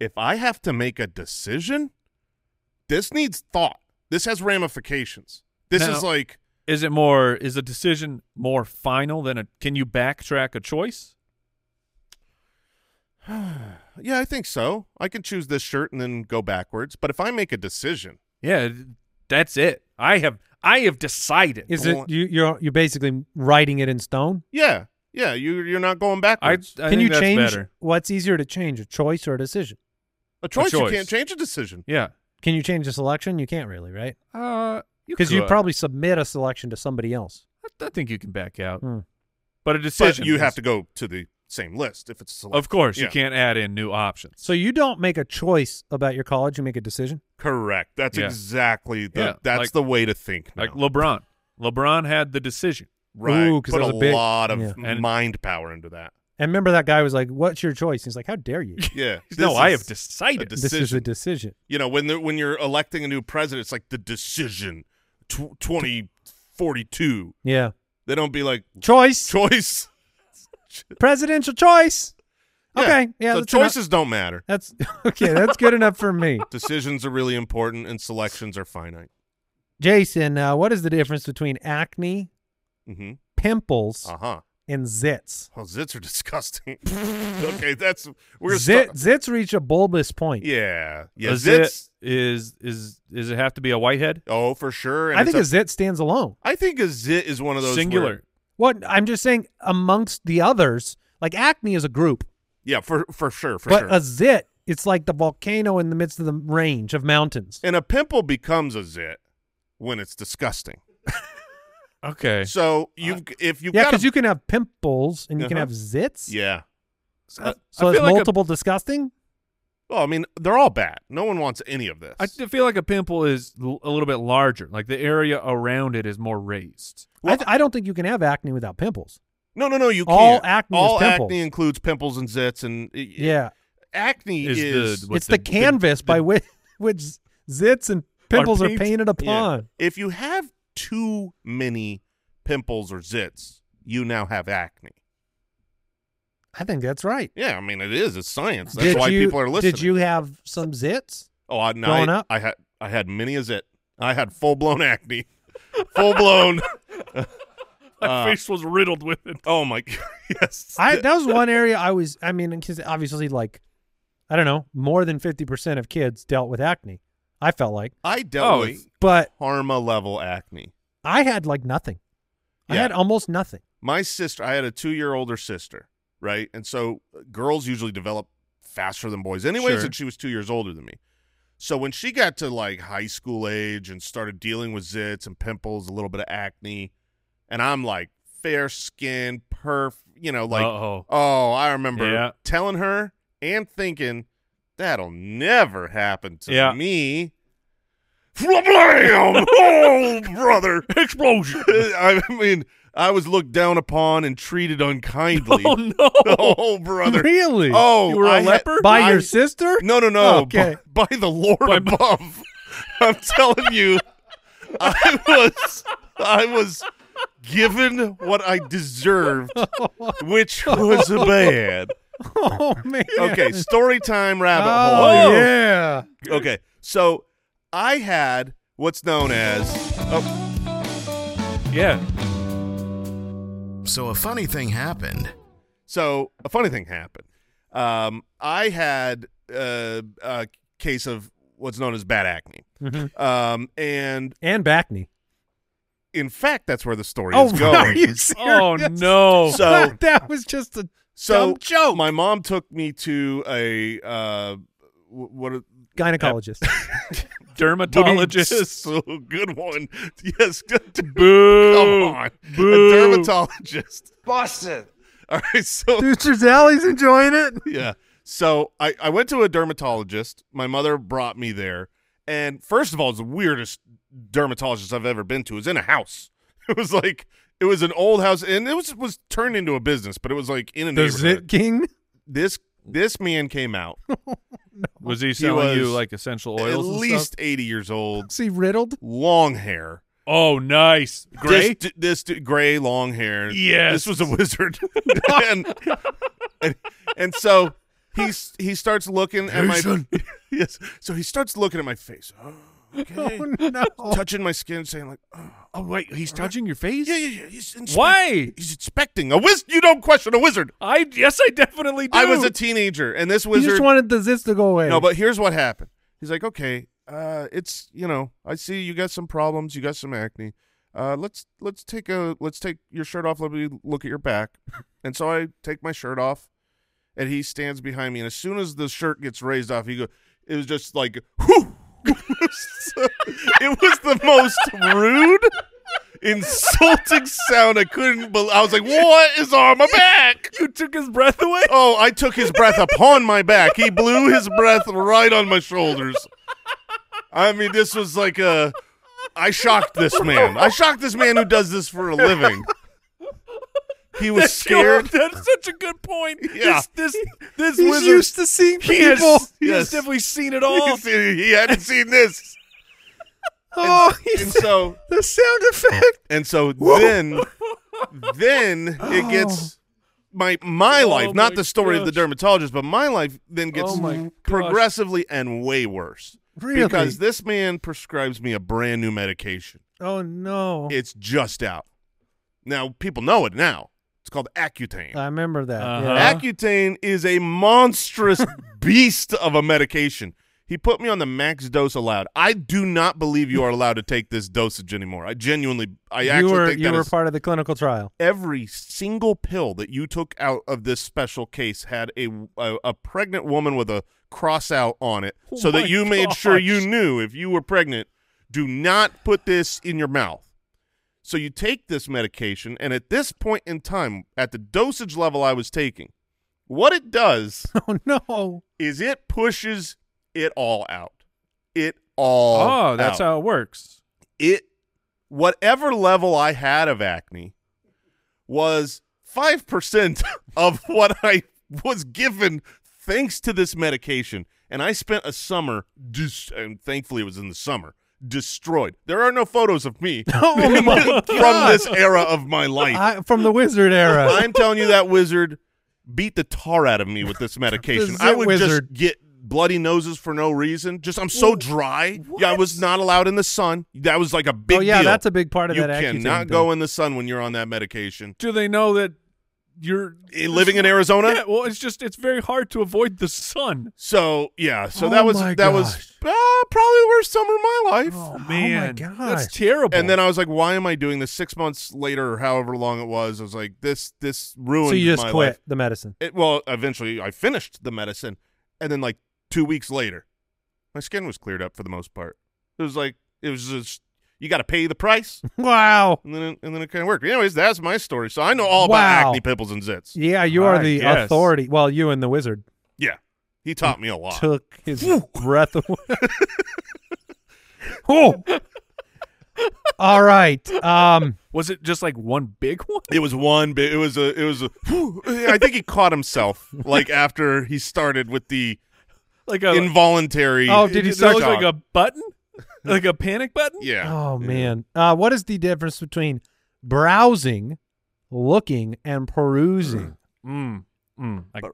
S4: If I have to make a decision, this needs thought. This has ramifications. This
S2: Now-
S4: is like
S2: Is it more? Is a decision more final than a? Can you backtrack a choice?
S4: yeah, I think so. I can choose this shirt and then go backwards. But if I make a decision,
S2: Yeah. That's it. I have. I have decided.
S3: is it you? You're you're basically writing it in stone.
S4: yeah, yeah, you you're not
S2: I,
S4: going
S2: I
S4: backwards.
S2: think
S3: Can you
S2: that's
S3: change
S2: better.
S3: what's easier to change, a choice or a decision?
S4: A choice,
S2: choice.
S4: you can't change a decision.
S2: Yeah.
S3: Can you change a selection? You can't really, right?
S2: Uh, you
S3: Because you
S2: could.
S3: probably submit a selection to somebody else.
S2: I, I think you can back out,
S3: Hmm.
S2: but a
S4: But
S2: decision.
S4: you
S2: is-
S4: have to go to the same list if it's select.
S2: Of course,
S4: Yeah.
S2: you can't add in new options.
S3: So you don't make a choice about your college; you make a decision.
S4: Correct. That's
S2: Yeah.
S4: exactly the
S2: Yeah,
S4: that's
S2: like-
S4: the way to think. Now.
S2: Like LeBron. LeBron had the decision.
S4: right.
S3: Ooh, 'cause
S4: Put
S3: that
S4: a,
S3: was a big-
S4: lot of
S3: yeah.
S2: And-
S4: mind power into that.
S3: And remember that guy was like, "What's your choice?" He's like, "How dare you?
S4: Yeah.
S2: no,
S4: this
S2: I
S4: is-
S2: have decided.
S4: a
S3: This is a
S4: Decision.
S3: decision."
S4: you know when the, when you're electing a new president, it's like the decision tw- twenty forty two.
S3: Yeah,
S4: They don't be like
S3: choice,
S4: choice.
S3: presidential choice.
S4: Yeah.
S3: Okay, yeah,
S4: so
S3: that's enough.
S4: choices don't matter.
S3: That's okay. That's good enough for me,
S4: Decisions are really important, and selections are finite.
S3: Jason. Uh, what is the difference between acne,
S4: Mm-hmm.
S3: pimples,
S4: Uh huh.
S3: and zits?
S4: Well, zits are disgusting. okay, that's we're
S3: Zit,
S4: stu-
S3: zits reach a bulbous point.
S4: Yeah, yeah,
S2: Is it-
S4: zits.
S2: is is is it have to be a whitehead?
S4: Oh, for sure. and
S3: I
S4: it's
S3: think a,
S4: a-
S3: zit stands alone.
S4: I think a zit is one of those
S2: Singular.
S4: where-
S3: What I'm just saying, amongst the others, like acne is a group,
S4: yeah, for for sure, for
S3: but
S4: sure.
S3: a zit, it's like the volcano in the midst of the range of mountains.
S4: and a pimple becomes a zit when it's disgusting.
S2: Okay.
S4: So you have if you
S3: Uh, yeah,
S4: got
S3: because
S4: a-
S3: you can have pimples and you can
S4: Uh-huh.
S3: have zits.
S4: yeah. Uh,
S2: I-
S3: So
S2: I
S3: it's
S2: feel like a-
S3: multiple disgusting.
S4: Well, I mean, they're all bad. No one wants any of this.
S2: I d- feel like a pimple is l- a little bit larger. Like the area around it is more raised.
S3: I, th- I don't think you can have acne without pimples.
S4: no, no, no. You
S3: All
S4: can't.
S3: acne is
S4: all
S3: pimples.
S4: acne includes pimples and zits, and i-
S3: Yeah,
S4: acne
S2: Is
S4: is,
S2: the- what
S3: it's the,
S2: the- the-
S3: canvas by
S2: the-
S3: which which zits and pimples are,
S2: paint-
S3: painted upon.
S4: if you have too many pimples or zits, you now have acne.
S3: I think that's right.
S4: Yeah, I mean, it is. It's science. That's
S3: Did
S4: why
S3: you-
S4: people are listening.
S3: Did you have some zits?
S4: Oh, I, no,
S3: growing
S4: I,
S3: up?
S4: I had I had many as it. I had full blown acne, full blown.
S2: My
S4: Uh,
S2: face was riddled with it.
S4: oh my, g- yes.
S3: I that was one area I was. I mean, because obviously, like, I don't know, more than fifty percent of kids dealt with acne. I felt like,
S4: I dealt
S2: Oh,
S4: with
S3: but
S4: Parma level acne.
S3: I had like nothing. I
S4: Yeah.
S3: had almost nothing.
S4: My sister, I had a two year older sister, right? And so uh, girls usually develop faster than boys, anyways.
S2: Sure.
S4: And she was two years older than me. So when she got to like high school age and started dealing with zits and pimples, a little bit of acne, and I'm like fair skin, perf, you know, like
S2: Uh-oh.
S4: Oh, I remember
S2: Yeah.
S4: telling her and thinking that'll never happen to
S2: Yeah.
S4: me. Flam! oh, brother!
S2: Explosion.
S4: I mean, I was looked down upon and treated unkindly.
S2: oh no.
S4: Oh, brother!
S3: Really?
S4: Oh,
S2: You were a
S4: a
S2: leper?
S3: by your
S4: I,
S3: sister?
S4: no, no, no!
S3: Okay.
S4: By, by the Lord above, I'm telling you, I was, I was given what I deserved, which was bad.
S3: Oh man.
S4: Okay, story time rabbit
S3: Oh
S4: hole.
S3: yeah.
S4: Okay, so I had what's known as oh,
S2: Yeah.
S1: So a funny thing happened.
S4: so a funny thing happened. Um, I had uh, a case of what's known as bad acne,
S3: Mm-hmm.
S4: um, and
S3: And backney.
S4: in fact, that's where the story
S3: Oh,
S4: is going.
S3: are you serious?
S2: Oh no.
S4: So-
S3: that was just a
S4: so Joe, my mom took me to a uh, wh- what are-
S3: gynecologist.
S2: Dermatologist.
S4: So good one. Yes, good.
S2: Boo.
S4: Come on.
S2: Boo.
S4: A dermatologist. Busted. All right, so
S3: Dude, Trizelli's enjoying it.
S4: yeah. So I, I went to a dermatologist. My mother brought me there. And first of all, it's the weirdest dermatologist I've ever been to. It was in a house. It was like it was an old house and it was was turned into a business, but it was like in
S3: The
S4: a neighborhood.
S3: Zit King.
S4: This this man came out
S2: Was he selling
S4: was
S2: you like essential
S4: at
S2: oils? and
S4: least
S2: stuff?
S4: 80 years old,
S3: See riddled.
S4: long hair.
S2: Oh, nice. Gray.
S4: This, d- this d- gray long hair.
S2: Yes.
S4: This was a wizard. and, and and so he s- he starts looking at my Yes. So he starts looking at my face. Oh, okay.
S3: No.
S4: Touching my skin saying like, oh,
S2: Oh wait, he's touching your face.
S4: yeah, yeah, yeah. He's inspe-
S2: Why?
S4: He's inspecting a wizard. You don't question a wizard.
S2: I yes, I definitely do.
S4: I was a teenager and this
S3: He
S4: wizard
S3: just wanted the zits to go away.
S4: No, but here's what happened. He's like, okay, uh, it's you know, I see you got some problems, you got some acne. Uh, let's let's take a let's take your shirt off. Let me look at your back. And so I take my shirt off, and he stands behind me. And as soon as the shirt gets raised off, he goes. It was just like, whew. it was the most rude. insulting sound. I couldn't believe. I was like, "What is on my back?"
S2: You took his breath away.
S4: Oh, I took his breath upon my back. He blew his breath right on my shoulders. I mean, this was like a. I shocked this man. I shocked this man who does this for a living. He was scared.
S2: That's such a good point.
S4: Yeah.
S2: This this, this
S3: He's
S2: wizard
S3: used to seeing people.
S2: he has, he
S4: Yes.
S2: has definitely seen it all.
S4: He hadn't seen this,
S3: oh,
S4: and
S3: he's,
S4: so
S3: the sound effect.
S4: And so then, then it gets my my
S2: Oh
S4: life, not
S2: my
S4: the story of the
S2: gosh.
S4: dermatologist, but my life then gets
S2: Oh my gosh.
S4: progressively and way worse
S3: Really?
S4: because this man prescribes me a brand new medication.
S3: Oh no!
S4: It's just out now. People know it now. It's called Accutane.
S3: I remember that.
S2: Uh-huh.
S3: yeah.
S4: Accutane is a monstrous beast of a medication. He put me on the max dose allowed. I do not believe you are allowed to take this dosage anymore. I genuinely, I
S3: you
S4: actually
S3: were
S4: think
S3: you
S4: that
S3: were
S4: is-
S3: part of the clinical trial.
S4: every single pill that you took out of this special case had a a, a pregnant woman with a cross out on it,
S2: Oh
S4: so
S2: my
S4: that you made sure
S2: gosh.
S4: you knew if you were pregnant. Do not put this in your mouth. So you take this medication, and at this point in time, at the dosage level I was taking, what it does
S3: Oh no!
S4: is it pushes it all out. It all.
S2: Oh, that's
S4: out
S2: how it works.
S4: it whatever level I had of acne was five percent of what I was given thanks to this medication. And I spent a summer dis- and thankfully it was in the summer destroyed. There are no photos of me
S3: Oh my
S4: from this era of my life.
S3: I, from the wizard era.
S4: I'm telling you, that wizard beat the tar out of me with this medication.
S3: zit
S4: I would
S3: wizard.
S4: just get bloody noses for no reason. Just I'm so dry. Yeah, I was not allowed in the sun. That was like a big.
S3: oh yeah,
S4: deal.
S3: that's a big part of
S4: you
S3: that. Accutane
S4: cannot
S3: thing.
S4: go in the sun when you're on that medication.
S2: Do they know that you're
S4: Eh, Living in Arizona,
S2: Yeah, well, it's just it's very hard to avoid the sun.
S4: so yeah, so
S3: Oh
S4: that was
S3: my
S4: that was
S3: gosh.
S4: uh, probably the worst summer of my life.
S3: Oh
S2: Man,
S3: my gosh!
S2: that's terrible.
S4: And then I was like, "Why am I doing this?" Six months later, or however long it was, I was like, "This this ruined."
S3: so you just
S4: my
S3: quit
S4: life.
S3: the medicine.
S4: it, well, eventually I finished the medicine, and then like two weeks later, my skin was cleared up for the most part. It was like it was just you got to pay the price,
S3: Wow.
S4: and then it, and then it kind of worked. Anyways, that's my story. So I know all
S3: Wow.
S4: about acne, pimples, and zits.
S3: Yeah, you
S2: I
S3: are the
S2: guess.
S3: authority. Well, you and the wizard
S4: Yeah, he taught me a lot.
S3: took his breath away. oh. All right. Um.
S2: was it just like one big one?
S4: It was one bit. It was a. It was a. I think he caught himself like after he started with the
S2: Like a
S4: involuntary.
S3: Oh, did he
S2: it
S3: start-
S2: looks like a button? like a panic button?
S4: Yeah.
S3: Oh man. Uh, what is the difference between browsing, looking, and perusing?
S2: Mm. Mm. Like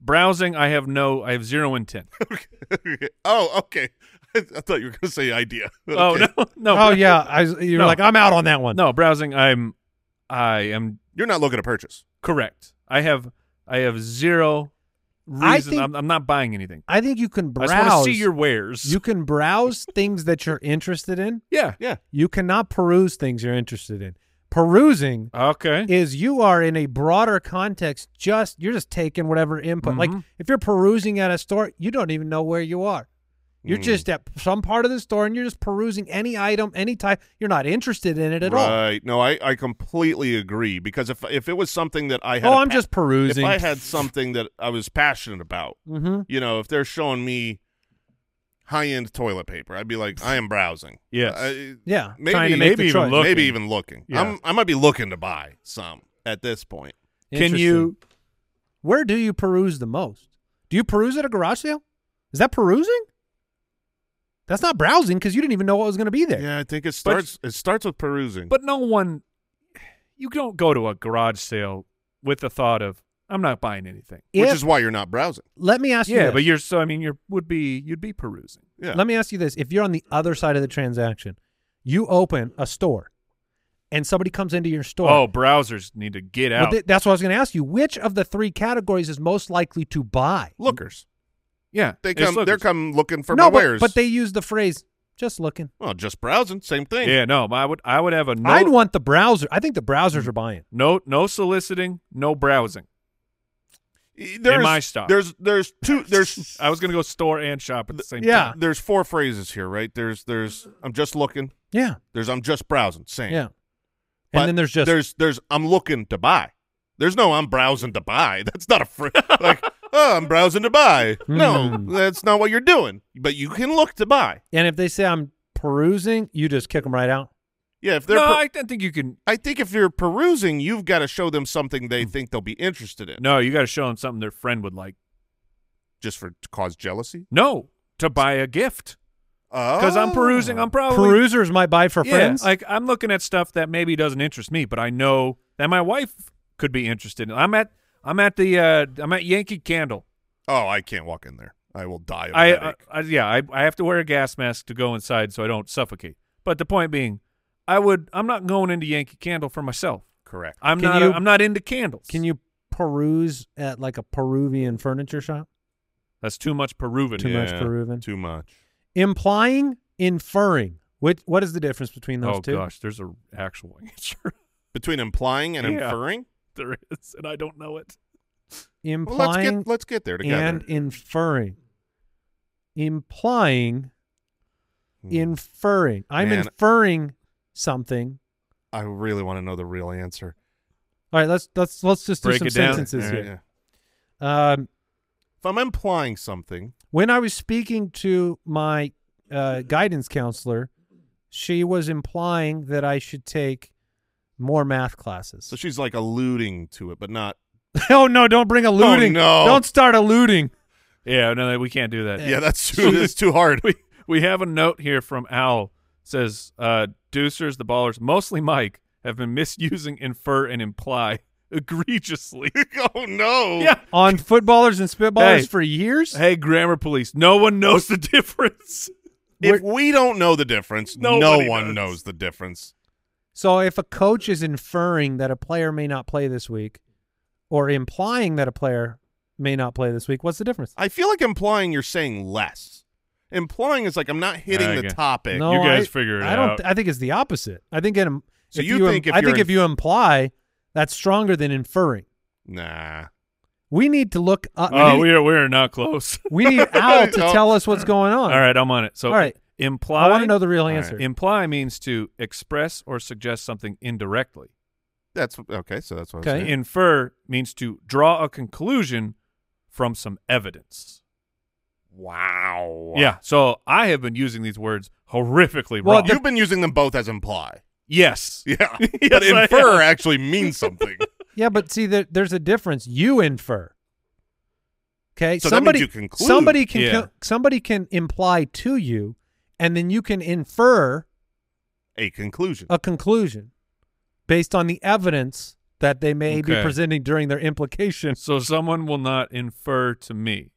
S2: browsing, I have no I have zero intent.
S4: oh, okay. I, I thought you were gonna say idea.
S2: Oh
S4: Okay.
S2: no. No.
S3: oh
S2: br-
S3: yeah, I was- you were
S2: No.
S3: like, I'm out on that one.
S2: No, browsing I'm I am
S4: You're not looking to purchase.
S2: correct. I have I have zero reason.
S3: I think-
S2: I'm, I'm not buying anything.
S3: I think you can browse.
S2: I just want to see your wares.
S3: you can browse things that you're interested in.
S2: yeah.
S4: Yeah.
S3: You cannot peruse things you're interested in. Perusing
S2: Okay.
S3: is you are in a broader context. Just you're just taking whatever input. Like
S2: Mhm.
S3: if you're perusing at a store, you don't even know where you are. You're
S4: Mm.
S3: just at some part of the store and you're just perusing any item, any type. You're not interested in it at all.
S4: right. No, I, I completely agree because if if it was something that I had,
S3: Oh,
S4: a
S3: I'm
S4: pa-
S3: just perusing.
S4: If I had something that I was passionate about,
S3: mm-hmm.
S4: you know, if they're showing me high end toilet paper, I'd be like, I am browsing.
S2: Yes.
S4: I-
S3: Yeah,
S4: Maybe-
S3: trying to make
S2: maybe
S3: the
S2: even
S3: choice.
S2: look-
S4: maybe
S2: Looking.
S4: even looking.
S2: Yeah.
S4: I'm, I might be looking to buy some at this point.
S2: Can
S3: Interesting.
S2: you
S3: Where do you peruse the most? Do you peruse at a garage sale? Is that perusing? That's not browsing because you didn't even know what was going to be there.
S4: Yeah, I think it starts. it starts with perusing.
S2: But no one, you don't go to a garage sale with the thought of I'm not buying anything.
S4: which
S3: If-
S4: is why you're not browsing.
S3: let me ask you.
S2: Yeah,
S3: this.
S2: but you're so I mean you would be you'd be perusing.
S4: Yeah.
S3: Let me ask you this: If you're on the other side of the transaction, you open a store, and somebody comes into your store.
S2: Oh, browsers need to get
S3: Well,
S2: out.
S3: th- that's what I was going to ask you. Which of the three categories is most likely to buy?
S4: Lookers.
S2: yeah,
S4: They
S2: it's
S4: come. They're
S2: lookers.
S4: come looking for
S3: no,
S4: my
S3: but,
S4: wares.
S3: but they use the phrase "just looking."
S4: well, just browsing. Same thing.
S2: Yeah, no, I would I would have a no
S3: I'd want the browser. I think the browsers are buying.
S2: no no soliciting, no browsing.
S4: Y- There's,
S2: my stock.
S4: There's there's two there's
S2: I was gonna go store and shop at the same
S3: Yeah.
S2: time.
S4: there's four phrases here, right? There's there's I'm just looking.
S3: Yeah,
S4: There's I'm just browsing. Same.
S3: yeah.
S4: But
S3: and then there's just
S4: there's there's I'm looking to buy. There's no I'm browsing to buy. That's not a fr- like oh I'm browsing to buy. No,
S3: Mm.
S4: that's not what you're doing. But you can look to buy.
S3: and if they say I'm perusing, you just kick them right out.
S4: Yeah, if they're
S2: No,
S4: per-
S2: I don't think you can.
S4: I think if you're perusing, you've got to show them something they think they'll be interested in,
S2: No, you got to show them something their friend would like.
S4: just for to cause jealousy.
S2: No, to buy a gift because I'm perusing.
S4: Oh.
S2: I'm probably
S3: Perusers might buy for
S2: yeah,
S3: friends.
S2: Like I'm looking at stuff that maybe doesn't interest me, but I know that my wife could be interested. in. I'm at I'm at the uh, I'm at Yankee Candle.
S4: Oh, I can't walk in there. I will die. Of a
S2: I, uh, I,
S4: headache.
S2: I yeah I, I have to wear a gas mask to go inside so I don't suffocate. But the point being, I would I'm not going into Yankee Candle for myself.
S4: correct.
S2: I'm
S3: Can
S2: not
S3: you-
S2: I'm not into candles.
S3: Can you peruse at like a Peruvian furniture shop?
S2: That's too much Peruvian.
S3: Too much
S4: Yeah,
S3: Peruvian.
S4: Too much.
S3: Implying, inferring. Which, what is the difference between those
S2: oh
S3: two?
S2: gosh, there's a actual answer.
S4: Between implying and
S2: Yeah.
S4: inferring.
S2: there is, and I don't know it.
S4: Well,
S3: Implying
S4: let's get let's get there together.
S3: and inferring. Implying,
S4: Hmm.
S3: inferring. I'm
S4: Man.
S3: inferring something.
S4: I really want to know the real answer.
S3: All right, let's let's let's just
S2: Break
S3: do
S2: it
S3: some
S2: down.
S3: sentences
S4: All right,
S3: here.
S4: yeah.
S3: Um,
S4: If I'm implying something,
S3: when I was speaking to my uh, guidance counselor, she was implying that I should take more math classes.
S4: so she's like alluding to it, but not.
S3: oh no! Don't bring alluding.
S4: no.
S3: Don't start alluding.
S2: Yeah, no, we can't do that.
S4: Yeah, that's too. that's too hard.
S2: we we have a note here from Al says uh Deucers, the ballers, mostly Mike, have been misusing infer and imply egregiously.
S4: oh no.
S2: yeah.
S3: on footballers and spitballers
S2: Hey.
S3: for years.
S2: Hey, grammar police, no one knows the difference.
S4: If we don't know the difference, no
S2: Nobody
S4: one
S2: does.
S4: knows the difference.
S3: So if a coach is inferring that a player may not play this week, or implying that a player may not play this week, what's the difference?
S4: I feel like implying you're saying less. Implying is like I'm not hitting
S2: Okay.
S4: the topic.
S3: no,
S2: You guys
S3: I,
S2: figure it
S3: I don't.
S2: out.
S3: I think it's the opposite. I think in,
S4: So
S3: if
S4: you
S3: im-
S4: think if
S3: I think
S4: you're
S3: if you imply, that's stronger than inferring.
S4: Nah.
S3: We need to look. Up,
S2: Oh,
S3: we,
S2: we are we are not close.
S3: need, we need Al to
S4: No.
S3: tell us what's going on.
S2: All right, I'm on it. So
S3: All right.
S2: imply
S3: I want to know the real answer.
S2: imply means to express or suggest something indirectly.
S4: That's okay. So that's what
S3: Okay.
S4: I'm saying.
S2: Infer means to draw a conclusion from some evidence.
S4: Wow.
S2: Yeah. So I have been using these words horrifically
S3: Well,
S2: wrong.
S3: the-
S4: You've been using them both as imply.
S2: yes.
S4: Yeah.
S2: Yes,
S4: but
S2: I
S4: infer
S2: have.
S4: actually means something.
S3: Yeah, but see, there, there's a difference. You infer. Okay,
S4: So that means
S3: somebody
S4: you conclude.
S3: somebody can
S2: Yeah.
S3: co- somebody can imply to you, and then you can infer
S4: A conclusion.
S3: a conclusion based on the evidence that they may be
S2: Okay.
S3: presenting during their implication.
S2: So someone will not infer to me.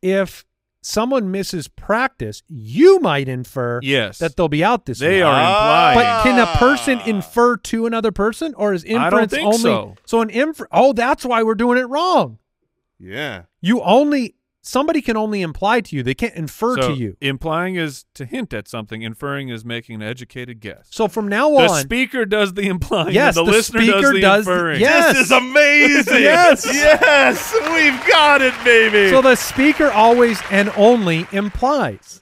S3: If someone misses practice, you might infer
S2: Yes.
S3: that they'll be out this
S2: They
S3: week.
S2: are
S4: Ah.
S2: implying.
S3: But can a person infer to another person, or is
S2: I don't
S3: inference
S2: think
S3: only
S2: so.
S3: an infer? Oh, that's why we're doing it wrong.
S4: Yeah.
S3: You only somebody can only imply to you. They can't infer
S2: So
S3: to you.
S2: Implying is to hint at something. Inferring is making an educated guess.
S3: So from now
S2: the
S3: on,
S2: speaker does the implying.
S3: Yes,
S2: and the,
S3: the
S2: listener
S3: speaker
S2: does the
S3: does the-
S2: inferring.
S3: yes.
S4: This is amazing.
S3: Yes.
S4: Yes. We've got it, baby.
S3: so the speaker always and only implies,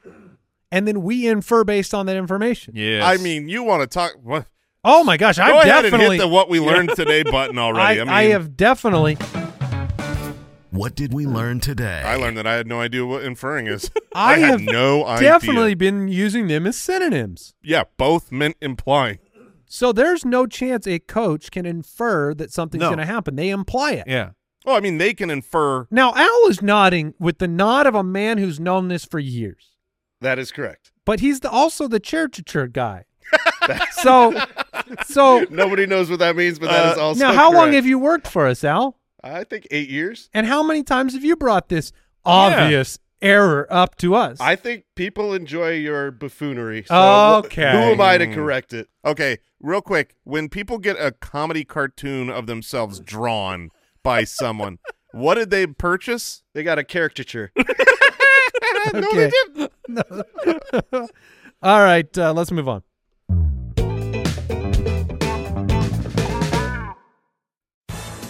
S3: and then we infer based on that information.
S2: Yes.
S4: I mean, you want to talk what
S3: Oh my gosh,
S4: Go
S3: I
S4: ahead and
S3: definitely,
S4: hit the what we learned today button already.
S3: I,
S4: I, mean,
S3: I have definitely,
S1: What did we learn today?
S4: I learned that I had no idea what inferring is.
S3: I,
S4: had
S3: have
S4: no idea.
S3: definitely been using them as synonyms.
S4: Yeah, both meant implying.
S3: So there's no chance a coach can infer that something's
S2: No.
S3: going to happen. They imply it.
S2: yeah.
S4: Oh, I mean, they can infer.
S3: Now Al is nodding with the nod of a man who's known this for years.
S5: That is correct.
S3: but he's the, also the church guy. so, so
S5: Nobody knows what that means, but
S4: Uh,
S5: that is also
S3: now, how long
S5: correct.
S3: have you worked for us, Al?
S5: I think eight years.
S3: And how many times have you brought this obvious error up to us?
S5: I think people enjoy your buffoonery. So wh-
S3: Okay.
S5: Who am I to correct it?
S4: Okay, real quick. When people get a comedy cartoon of themselves drawn by someone, what did they purchase?
S5: They got a caricature.
S3: okay. No. All right, uh, let's move on.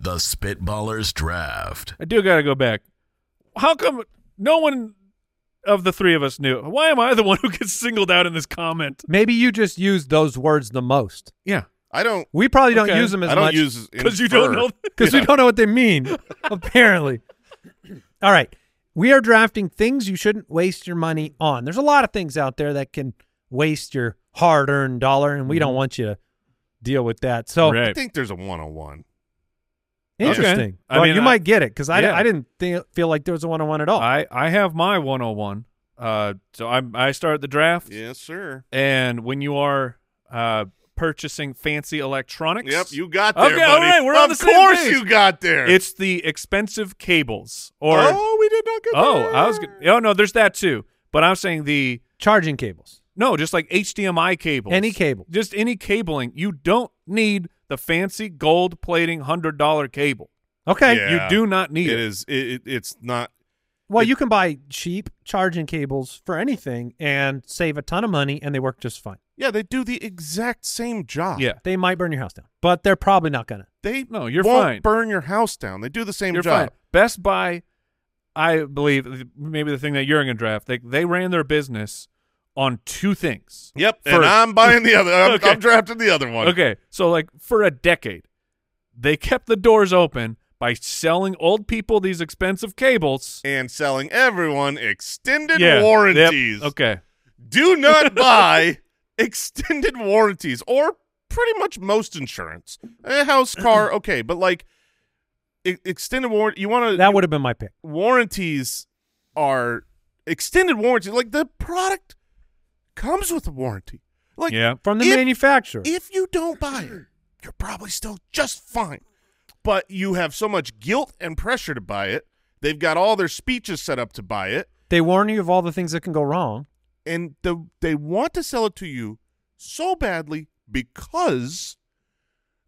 S1: The Spitballers Draft.
S2: I do gotta go back. How come no one of the three of us knew? Why am I the one who gets singled out in this comment?
S3: Maybe you just use those words the most.
S2: Yeah,
S4: I don't.
S3: We probably don't
S2: Okay.
S3: use them as
S4: I don't
S3: much
S4: use
S2: because you don't
S4: infer.
S2: know.
S3: because we don't know what they mean, apparently. All right. We are drafting things you shouldn't waste your money on. There's a lot of things out there that can waste your hard earned dollar, and we don't want you to deal with that. So
S4: I
S2: Mm-hmm. Right.
S4: think there's a one on one.
S3: interesting.
S2: Okay. I
S3: Well,
S2: mean,
S3: you
S2: I-
S3: might get it because I,
S2: Yeah.
S3: I didn't thi- feel like there was a one on one at all.
S2: I I have my 101. Uh, so I'm I start the draft,
S4: Yes, sir.
S2: and when you are uh purchasing fancy electronics,
S4: Yep, you got there,
S2: Okay,
S4: buddy.
S2: all right, we're
S4: of
S2: on the same
S4: course
S2: page.
S4: you got there.
S2: It's the expensive cables or
S4: oh, we did not get
S2: Oh,
S4: there.
S2: I was gonna, oh no, there's that too. But I'm saying the
S3: Charging cables.
S2: no, just like HDMI cables,
S3: Any cable.
S2: just any cabling. You don't need the fancy gold plating hundred dollar cable.
S3: Okay.
S4: Yeah.
S2: You do not need
S4: It is. It, it, it's not.
S3: Well, you can buy cheap charging cables for anything and save a ton of money, and they work just fine.
S4: Yeah, they do the exact same job.
S2: Yeah,
S3: Oh, They might burn your house down, but they're probably not going to.
S4: They
S2: No, you're
S4: won't
S2: fine.
S4: burn your house down. They do the same
S2: you're fine.
S4: job.
S2: Best Buy, I believe maybe the thing that you're gonna draft. They they ran their business on two things.
S4: Yep,
S2: For-
S4: and I'm buying the other. I'm,
S2: Okay.
S4: I'm drafting the other one.
S2: Okay, so like for a decade, they kept the doors open by selling old people these expensive cables.
S4: And selling everyone extended
S2: Yeah, yep,
S4: warranties.
S2: Okay.
S4: Do not buy extended warranties or pretty much most insurance. A house, car, okay, but like e- extended warranty. You want to
S3: That would have been my pick.
S4: warranties are extended warranty. Like the product comes with a warranty. Like
S2: Yeah.
S3: From the
S4: If-
S3: manufacturer.
S4: if you don't buy it, you're probably still just fine. But you have so much guilt and pressure to buy it. They've got all their speeches set up to buy it,
S3: They warn you of all the things that can go wrong.
S4: and the, they want to sell it to you so badly because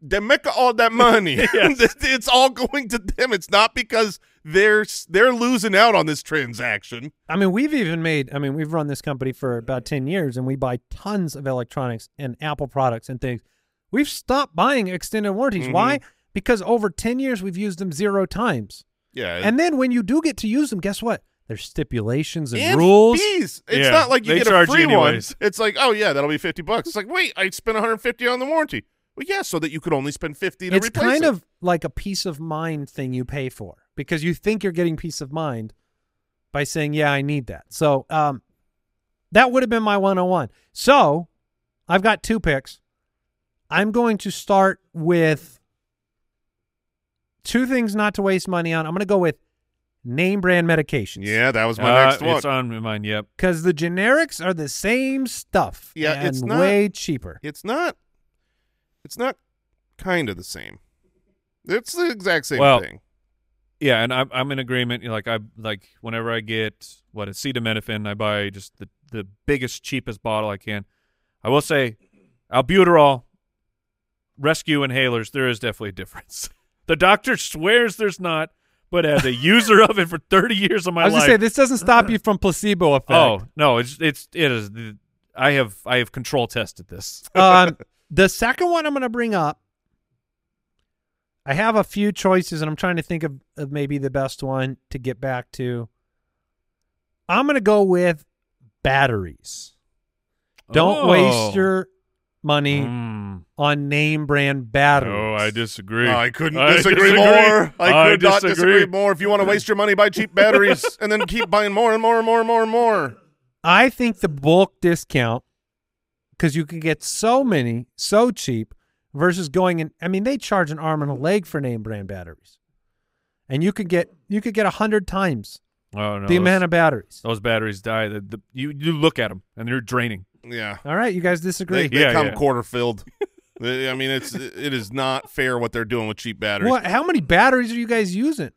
S4: they make all that money. it's all going to them. It's not because they're s- they're losing out on this transaction.
S3: I mean, we've even made, I mean, we've run this company for about 10 years and we buy tons of electronics and Apple products and things. We've stopped buying extended warranties. Why? Because over 10 years, we've used them zero times.
S4: Yeah,
S3: And then when you do get to use them, guess what? There's stipulations and,
S4: and
S3: rules.
S4: fees. It's
S2: Yeah,
S4: not like you
S2: they
S4: get a
S2: charge you
S4: free one.
S2: anyways.
S4: It's like, oh yeah, that'll be fifty bucks. It's like, wait, I spent one hundred fifty on the warranty. Well, yeah, so that you could only spend fifty to
S3: It's
S4: replace
S3: kind
S4: it.
S3: of like a peace of mind thing you pay for because you think you're getting peace of mind by saying, yeah, I need that. So um, that would have been my 101. So I've got two picks. I'm going to start with two things not to waste money on. I'm going to go with name brand medications.
S4: yeah. That was my
S2: Uh,
S4: next one.
S2: It's on mine. Yep.
S3: Because the generics are the same stuff
S4: Yeah,
S3: and
S4: it's not-
S3: way cheaper.
S4: it's not. It's not kind of the same. It's the exact same
S2: Well,
S4: thing.
S2: Yeah, and I'm I'm in agreement. You know, Like I like whenever I get what acetaminophen, I buy just the the biggest cheapest bottle I can. I will say, albuterol, rescue inhalers. There is definitely a difference. The doctor swears there's not, but as a user of it for 30 years of my
S3: I was
S2: life,
S3: going to say, this doesn't stop you from placebo effect.
S2: oh no, it's it's it is. the- I have I have control tested this.
S3: um, the second one I'm going to bring up, I have a few choices, and I'm trying to think of, of maybe the best one to get back to. I'm going to go with batteries. Don't
S2: Oh.
S3: waste your money
S2: Mm.
S3: on name brand batteries.
S2: Oh, I disagree.
S4: I couldn't disagree, more. I could not disagree more. If you want to waste your money, buy cheap batteries and then keep buying more and more and more and more and more.
S3: I think the bulk discount because you can get so many so cheap versus going and I mean they charge an arm and a leg for name brand batteries, and you could get you could get a hundred times
S2: Oh, no,
S3: the amount
S2: those-
S3: of batteries.
S2: those batteries die. The, the, you you look at them and they're draining.
S4: Yeah.
S3: All right, you guys
S4: They,
S3: disagree.
S4: they
S2: Yeah,
S4: come
S2: yeah.
S4: quarter filled. They- I mean, it's it is not fair what they're doing with cheap batteries.
S3: What? How many batteries are you guys using?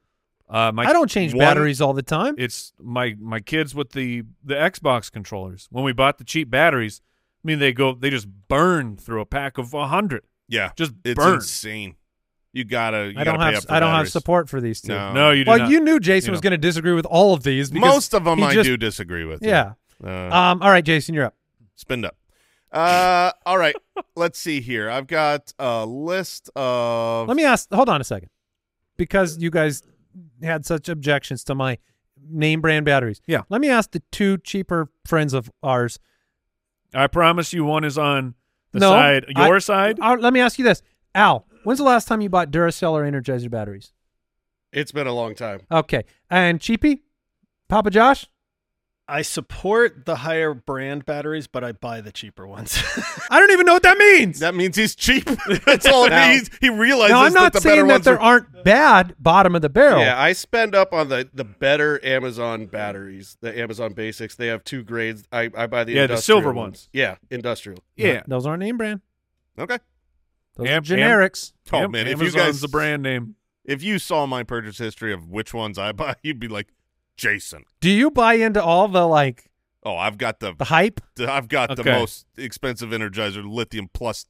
S2: Uh, my
S3: I don't change
S2: one-
S3: batteries all the time.
S2: It's my my kids with the the Xbox controllers. When we bought the cheap batteries, I mean they go they just burn through a pack of a hundred.
S4: Yeah,
S2: Just
S4: it's
S2: burn.
S4: insane. You gotta. You
S3: I don't
S4: gotta pay
S3: have
S4: up for
S3: I don't have
S4: batteries.
S3: support for these two.
S4: No.
S2: No, you do
S3: well,
S2: not.
S3: you knew Jason
S2: you
S3: was
S2: know.
S3: going to disagree with all of these. because
S4: Most of them
S3: he
S4: I
S3: just-
S4: do disagree with.
S3: Yeah.
S4: Uh,
S3: Um. All right, Jason, you're up.
S4: Spend up. Uh, all right. Let's see here. I've got a list of.
S3: Let me ask. Hold on a second, because you guys had such objections to my name brand batteries.
S2: Yeah.
S3: Let me ask the two cheaper friends of ours.
S2: I promise you, one is on the
S3: no,
S2: side
S3: I-
S2: your side.
S3: I- let me ask you this, Al. When's the last time you bought Duracell or Energizer batteries?
S5: It's been a long time.
S3: Okay. And cheapy, Papa Josh.
S8: I support the higher brand batteries, but I buy the cheaper ones.
S3: I don't even know what that means.
S4: That means he's cheap. That's all it
S5: Now-
S4: means. He realizes
S3: now I'm not
S4: that the better
S3: saying that
S4: ones
S3: there
S4: are.
S3: aren't bad bottom of the barrel.
S5: Yeah, I spend up on the the better Amazon batteries, the Amazon Basics. They have two grades. I, I buy the
S2: Yeah, the
S5: industrial
S2: silver ones.
S5: Yeah, industrial.
S2: yeah.
S3: Those aren't name brand.
S4: Okay.
S3: Those
S2: Am- am-
S3: are generics.
S4: Oh
S2: Yep,
S4: man, if you
S2: Amazon's
S4: guys
S2: the brand name.
S4: if you saw my purchase history of which ones I buy, you'd be like, Jason.
S3: Do you buy into all the like
S4: Oh, I've got the
S3: the hype?
S4: I've got the
S2: Okay.
S4: most expensive Energizer Lithium Plus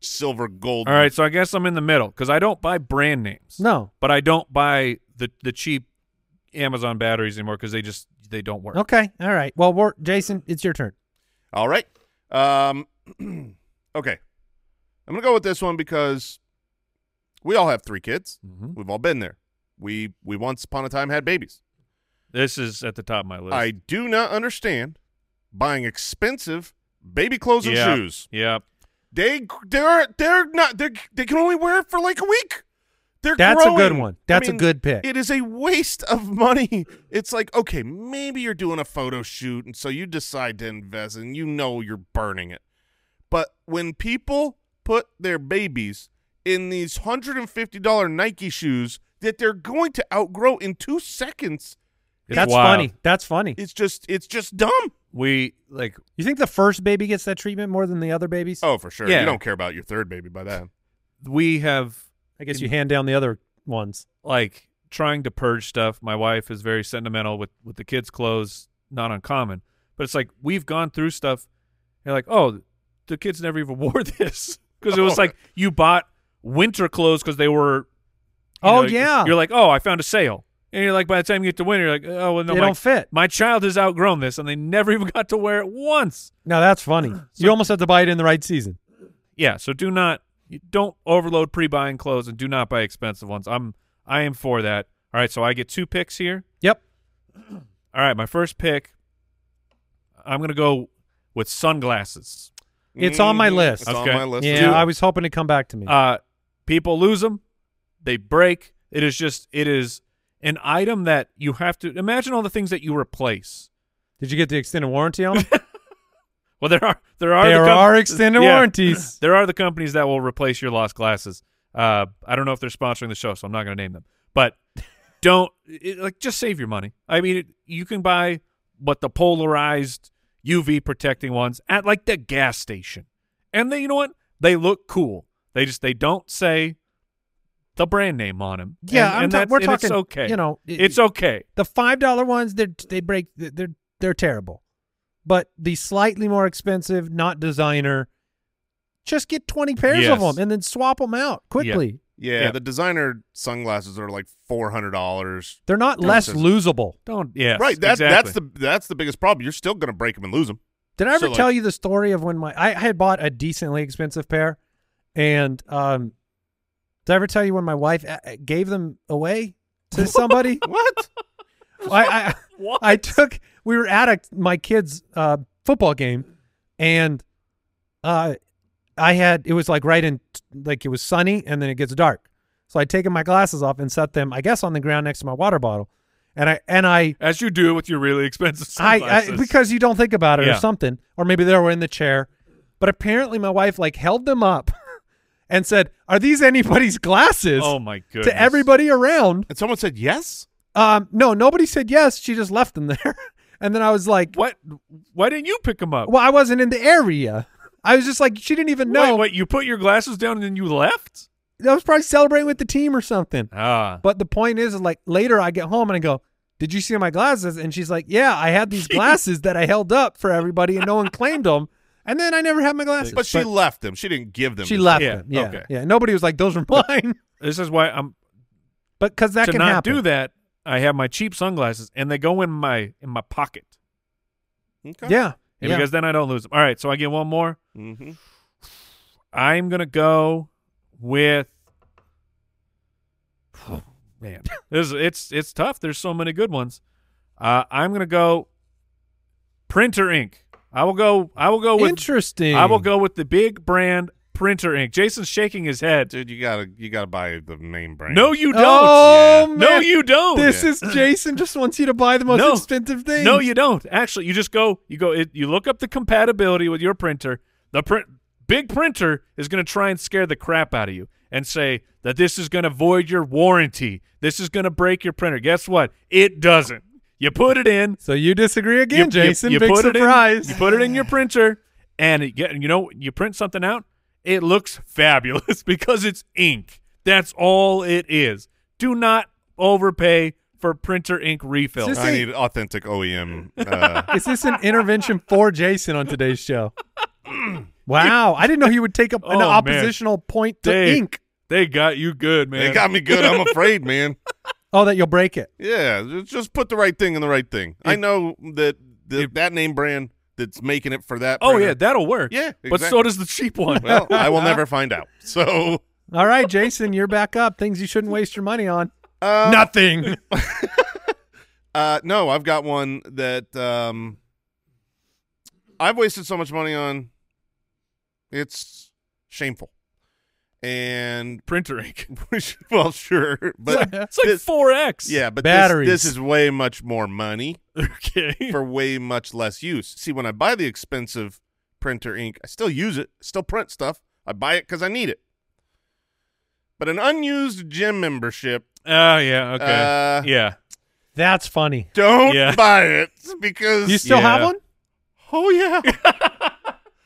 S4: silver gold.
S2: All right, so I guess I'm in the middle because I don't buy brand names.
S3: No.
S2: but I don't buy the the cheap Amazon batteries anymore because they just they don't work.
S3: Okay. All right. Well, we're, Jason, it's your turn.
S4: All right. Um, okay. I'm going to go with this one because we all have three kids.
S2: Mhm.
S4: We've all been there. We we once upon a time had babies.
S2: This is at the top of my list.
S4: I do not understand buying expensive baby clothes and
S2: yeah.
S4: shoes.
S2: Yeah,
S4: They they're they're not they they can only wear it for like a week. They're
S3: That's a good
S4: growing.
S3: one.
S4: I
S3: That's a
S4: mean,
S3: good pick.
S4: It is a waste of money. It's like okay, maybe you're doing a photo shoot, and so you decide to invest, and you know you're burning it. But when people put their babies in these hundred and fifty dollar Nike shoes that they're going to outgrow in two seconds,
S2: It's
S3: That's
S2: wild.
S3: funny. That's funny.
S4: it's just it's just dumb.
S2: We like
S3: You think the first baby gets that treatment more than the other babies?
S4: Oh, for sure.
S2: Yeah.
S4: You don't care about your third baby by that.
S2: we have
S3: I guess you hand down the other ones.
S2: like trying to purge stuff. My wife is very sentimental with with the kids' clothes, not uncommon. But it's like we've gone through stuff and like, oh, the kids never even wore this because it
S3: Oh.
S2: was like you bought winter clothes because they were. you
S3: Oh,
S2: know,
S3: yeah.
S2: you're like, oh, I found a sale, and you're like, by the time you get to winter, you're like, oh, well, no,
S3: They
S2: my,
S3: don't fit.
S2: My child has outgrown this, and they never even got to wear it once.
S3: Now that's funny. you almost have to buy it in the right season.
S2: Yeah, so do not you don't overload pre-buying clothes and do not buy expensive ones. I'm I am for that. All right, so I get two picks here.
S3: Yep.
S2: All right, my first pick I'm going to go with sunglasses.
S3: It's on my
S4: Mhm.
S3: list.
S4: It's on
S2: Okay.
S4: my list.
S3: yeah,
S4: too.
S3: I was hoping to come back to me.
S2: Uh people lose them. They break. It is just it is an item that you have to imagine all the things that you replace.
S3: Did you get the extended warranty on them?
S2: Well, there are there are
S3: there
S2: the com-
S3: are extended
S2: Yeah.
S3: warranties.
S2: There are the companies that will replace your lost glasses. Uh, I don't know if they're sponsoring the show, so I'm not going to name them. But don't it, like just save your money. I mean, it, you can buy what the polarized UV protecting ones at like the gas station, and they you know what they look cool. They just they don't say the brand name on them.
S3: Yeah,
S2: and,
S3: I'm
S2: and
S3: ta-
S2: that's-
S3: we're
S2: and it's
S3: talking,
S2: okay.
S3: you know, it-
S2: it's okay.
S3: The five dollar ones, they they break. They're they're terrible. But the slightly more expensive, not designer, just get twenty pairs
S2: Yes.
S3: of them and then swap them out quickly.
S4: Yeah,
S2: Yeah.
S4: the designer sunglasses are like four hundred dollars.
S3: They're not less
S4: Versus-
S3: losable.
S2: Don't yeah
S4: right. That,
S2: exactly.
S4: That's the that's the biggest problem. You're still gonna break them and lose them.
S3: Did I ever
S4: So, like-
S3: tell you the story of when my I, I had bought a decently expensive pair, and um, did I ever tell you when my wife uh, uh, gave them away to somebody?
S4: What?
S3: I I, I took we were at a, my kid's uh, football game, and uh, I had it was like right in like it was sunny and then it gets dark. So I'd taken my glasses off and set them, I guess, on the ground next to my water bottle, and I and I
S2: As you do with your really expensive
S3: I,
S2: sunglasses.
S3: I because you don't think about it
S2: Yeah.
S3: or something, or maybe they were in the chair. But apparently, my wife like held them up and said, "Are these anybody's glasses?"
S2: Oh my goodness.
S3: to everybody around.
S4: And someone said yes.
S3: Um, no, nobody said yes. She just left them there, and then I was like,
S2: What? Why didn't you pick them up?
S3: "Well, I wasn't in the area." I was just like, she didn't even know.
S2: Wait, wait, you put your glasses down and then you left?
S3: I was probably celebrating with the team or something.
S2: Ah.
S3: But the point is, is like later I get home and I go, "Did you see my glasses?" And she's like, "Yeah, I had these glasses that I held up for everybody, and no one claimed them." And then I never had my glasses.
S4: But she left them. She didn't give them.
S3: she
S4: to
S3: left
S2: Yeah,
S3: them. Yeah,
S2: okay.
S3: yeah. Nobody was like, "Those are mine,"
S2: This is why I'm
S3: but because that
S2: to
S3: can
S2: not
S3: happen.
S2: do that. I have my cheap sunglasses and they go in my in my pocket.
S4: someone. Okay.
S3: Yeah,
S2: And
S3: yeah.
S2: Because then I don't lose them. All right, so I get one more.
S4: Mm-hmm.
S2: I'm gonna go with oh, man. This is- it's it's tough. There's so many good ones. Uh, I'm gonna go printer ink. I will go. I will go with.
S3: Interesting.
S2: I will go with the big brand printer ink. Jason's shaking his head.
S4: Dude, you gotta you gotta buy the name brand.
S2: No, you don't.
S3: Oh man,
S2: no, you don't.
S3: This is Jason just wants you to buy the most
S2: No.
S3: expensive thing.
S2: No, you don't. Actually, you just go. You go. It, you look up the compatibility with your printer. The print big printer is going to try and scare the crap out of you and say that this is going to void your warranty. This is going to break your printer. Guess what? It doesn't. You put it in.
S3: So you disagree again,
S2: you, you-
S3: Jason?
S2: you
S3: Big
S2: put It in,
S3: surprise.
S2: you put it in your printer, and it, get- you know you print something out. It looks fabulous because it's ink. That's all it is. Do not overpay for printer ink refills.
S3: Just
S4: I need authentic OEM. Uh,
S3: Is this an intervention for Jason on today's show? Wow, I didn't know he would take up
S2: Oh,
S3: an
S2: man.
S3: oppositional point to
S2: Dave,
S3: ink.
S2: They got you good, man.
S4: it got me good. I'm afraid, man.
S3: Oh, that you'll break it.
S4: Yeah, ju- just put the right thing in the right thing. I know that the, that name brand that's making it for that.
S2: oh
S4: printer-
S2: yeah, that'll work.
S4: Yeah,
S2: but so
S4: exactly.
S2: does the cheap one.
S4: Well, I will never find out. So
S3: All right, Jason, you're back up. Things you shouldn't waste your money on.
S4: uh,
S3: Nothing.
S4: Uh, no, I've got one that um, I've wasted so much money on. It's shameful, and
S2: printer ink.
S4: well, sure, but
S2: It's like
S4: this-
S2: four X.
S4: yeah, but this,
S3: Batteries.
S4: this is way much more money
S2: Okay.
S4: for way much less use. See, when I buy the expensive printer ink, I still use it, still print stuff. I buy it because I need it. But an unused gym membership,
S2: Oh yeah. Okay.
S4: uh,
S2: yeah.
S3: That's funny.
S4: don't
S2: Yeah.
S4: buy it because
S3: You still have
S2: Yeah.
S3: one?
S4: oh yeah,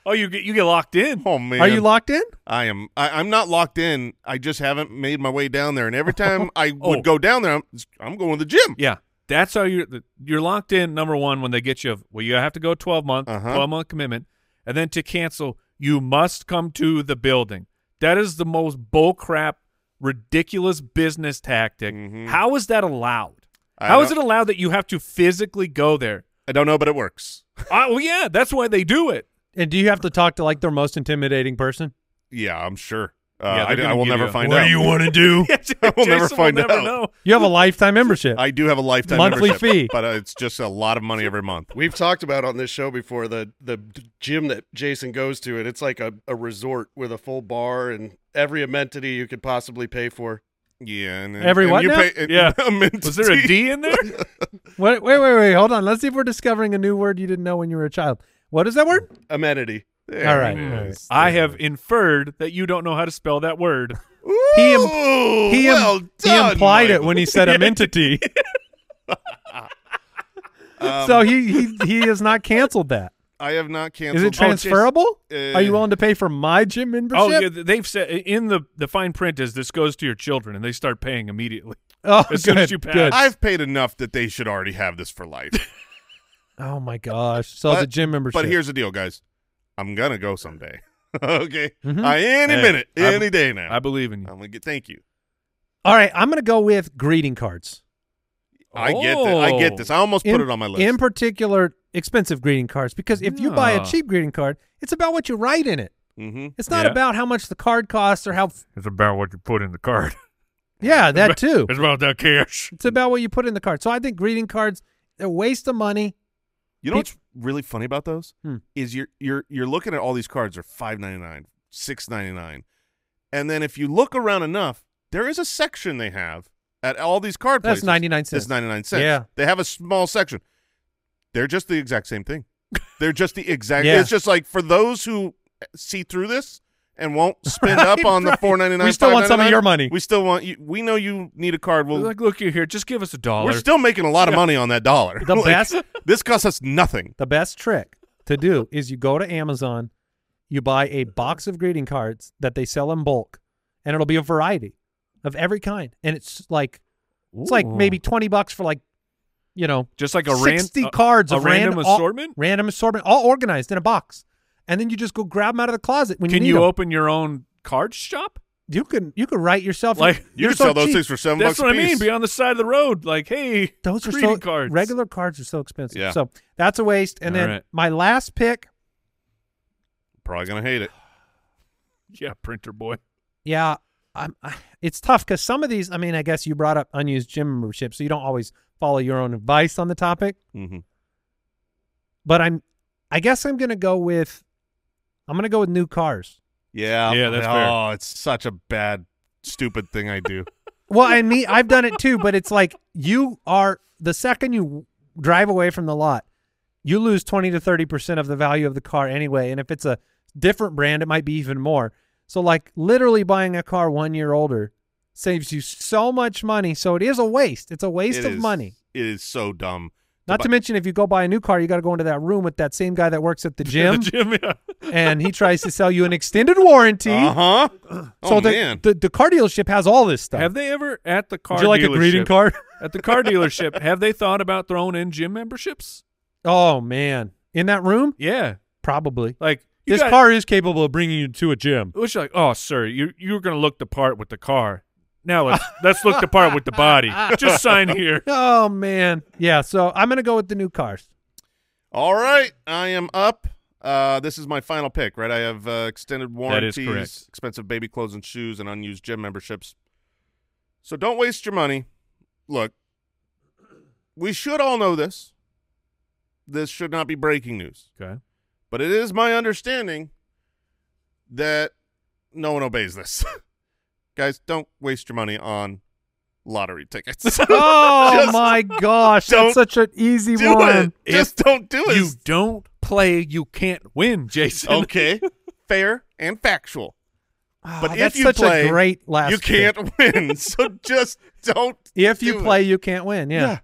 S2: Oh, you get you get locked in.
S4: oh man,
S3: Are you locked in?
S4: I am. I, I'm not locked in. I just haven't made my way down there. And every time I
S2: Oh.
S4: would go down there, I'm, I'm going to the gym.
S2: Yeah. That's how you're you're locked in. Number one, when they get you, well, you have to go twelve month,
S4: Uh-huh.
S2: twelve month commitment, and then to cancel, you must come to the building. That is the most bullcrap, ridiculous business tactic.
S4: Mhm.
S2: How is that allowed?
S4: I
S2: How is it
S4: don't-
S2: allowed that you have to physically go there?
S4: I don't know, but it works.
S2: Oh yeah, that's why they do it.
S3: And do you have to talk to like their most intimidating person?
S4: Yeah, I'm sure. Uh,
S2: Yeah, they're
S4: I d- I,
S2: gonna
S4: will
S2: give
S4: never
S2: you a-
S4: find
S2: What
S4: out.
S2: do you
S4: want to do? I will never
S2: Jason
S4: find
S2: never
S4: out.
S2: know.
S3: You have a lifetime membership.
S4: I do have a lifetime
S3: Monthly
S4: membership,
S3: fee.
S4: but uh, it's just a lot of money every month.
S5: We've talked about on this show before the the d- gym that Jason goes to, and it's like a, a resort with a full bar and every amenity you could possibly pay for.
S4: Yeah, and,
S3: Every
S4: and
S3: what
S4: you
S3: now?
S4: Pay, and-
S2: Yeah.
S4: amenities.
S2: Was there a D in there?
S3: Wait, wait, wait, wait. Hold on. Let's see if we're discovering a new word you didn't know when you were a child. What is that word?
S5: Amenity.
S4: There
S3: All right.
S4: it is.
S2: I have inferred that you don't know how to spell that word.
S3: He im-
S4: Ooh,
S3: He, im-
S4: well
S3: he
S4: done,
S3: implied it
S4: Michael.
S3: when he said entity.
S4: Um,
S3: so he, he he has not canceled that.
S4: I have not canceled.
S3: Is it transferable?
S4: oh, uh,
S3: Are you willing to pay for my gym membership?
S2: Oh, yeah, they've said in the the fine print is this goes to your children, and they start paying immediately.
S3: Oh,
S2: As soon as
S3: good,
S2: you pass.
S3: good.
S4: I've paid enough that they should already have this for life.
S3: Oh my gosh! So the gym membership.
S4: But here's the deal, guys. I'm gonna go someday. okay,
S3: Mhm.
S4: Uh, any
S2: Hey,
S4: minute,
S2: I'm-
S4: any day now.
S2: I believe in you.
S4: I'm gonna get. Thank you.
S3: all right. I'm gonna go with greeting cards.
S4: I get this. I
S3: Oh.
S4: get this. I almost put
S3: In-
S4: it on my list.
S3: In particular, expensive greeting cards because if you buy
S2: Yeah.
S3: a cheap greeting card, it's about what you write in it.
S4: mm-hmm.
S3: It's not
S2: Yeah.
S3: about how much the card costs or how. f-
S4: Oh.
S2: It's about what you put in the card.
S3: yeah, that too.
S2: It's about that cash.
S3: It's about what you put in the card. So I think greeting cards, they're a waste of money.
S4: You know what's really funny about those
S3: Hmm.
S4: is you're you're you're looking at all these cards are five ninety nine, six ninety nine, and then if you look around enough, there is a section they have at all these card
S3: That's
S4: places.
S3: 99 cents.
S4: That's ninety nine cents.
S3: Yeah.
S4: they have a small section. They're just the exact same thing. They're just the exact.
S3: Yeah.
S4: It's just like for those who uh, see through this and won't spin up on the
S3: right.
S4: four ninety nine.
S3: We still want some of your money.
S4: We still want you. We know you need a card. We'll
S2: like, look, you here. Just give us a dollar.
S4: we're still making a lot of money on that dollar.
S3: The best-
S4: This costs us nothing.
S3: The best trick to do is you go to Amazon, you buy a box of greeting cards that they sell in bulk, and it'll be a variety of every kind. And it's like it's like
S2: Ooh.
S3: maybe twenty bucks for like you know
S2: just like a ran-
S3: sixty
S2: a-
S3: cards
S2: a,
S3: of
S2: random
S3: all-
S2: assortment.
S3: random assortment, all organized in a box. And then you just go grab them out of the closet when
S2: Can
S3: you need
S2: you
S3: 'em.
S2: open your own card shop?
S3: You can you can write yourself
S2: Like,
S4: You
S3: they're
S4: can
S3: so
S4: sell those
S3: cheap.
S4: things for seven
S2: That's
S4: bucks
S2: what
S4: a
S2: I mean.
S4: piece.
S2: Be on the side of the road. Like, hey,
S3: Those are
S2: greeting
S3: so
S2: cards.
S3: regular cards are so expensive.
S4: Yeah.
S3: So that's a waste. And
S2: All
S3: then
S2: right.
S3: my last pick
S4: Probably gonna hate it.
S2: Yeah, printer boy.
S3: Yeah, I'm, I, it's tough because some of these. I mean, I guess you brought up unused gym membership, so you don't always follow your own advice on the topic.
S4: Mhm.
S3: But I'm, I guess I'm gonna go with, I'm gonna go with new cars.
S4: Yeah,
S2: Yeah, that's
S4: oh,
S2: fair.
S4: it's such a bad, stupid thing I do.
S3: Well, I mean, I've done it too, but it's like you are the second you drive away from the lot, you lose twenty to thirty percent of the value of the car anyway, and if it's a different brand, it might be even more. So, like, literally buying a car one year older saves you so much money. So it is a waste. It's a waste
S4: It
S3: of
S4: is-
S3: money.
S4: It is so dumb.
S3: Not to mention, if you go buy a new car, you got to go into that room with that same guy that works at the gym,
S2: the gym. Yeah.
S3: and he tries to sell you an extended warranty.
S4: Uh huh.
S3: So
S4: oh
S3: the,
S4: man.
S3: the the car dealership has all this stuff.
S2: Have they ever at the car?
S3: Would you like a
S2: dealership-
S3: greeting card?
S2: at the car dealership? Have they thought about throwing in gym memberships?
S3: Oh man, in that room,
S2: Yeah,
S3: probably.
S2: like you
S3: this
S2: got-
S3: car is capable of bringing you to a gym.
S2: It was like, oh, sir, you you're gonna look the part with the car. Now let's let's look the part with the body. Just sign here.
S3: Oh man, yeah. So I'm gonna go with the new cars.
S4: All right, I am up. Uh, this is my final pick, right? I have uh, extended warranties,
S2: is correct.
S4: expensive baby clothes and shoes, and unused gym memberships. So don't waste your money. Look, we should all know this. This should not be breaking news,
S2: Okay.
S4: but it is my understanding that no one obeys this. Guys, don't waste your money on lottery tickets.
S3: Oh
S4: Just
S3: my gosh,
S4: don't
S3: that's such an easy
S4: do
S3: one.
S4: it. Just don't do it.
S2: You don't play, you can't win, Jason.
S4: okay, fair and factual.
S3: Oh,
S4: But if
S3: that's
S4: you
S3: such
S4: play,
S3: a great last.
S4: you
S3: pick.
S4: can't win, so just don't.
S3: If you
S4: do it.
S3: play, you can't win.
S4: yeah.
S3: Yeah.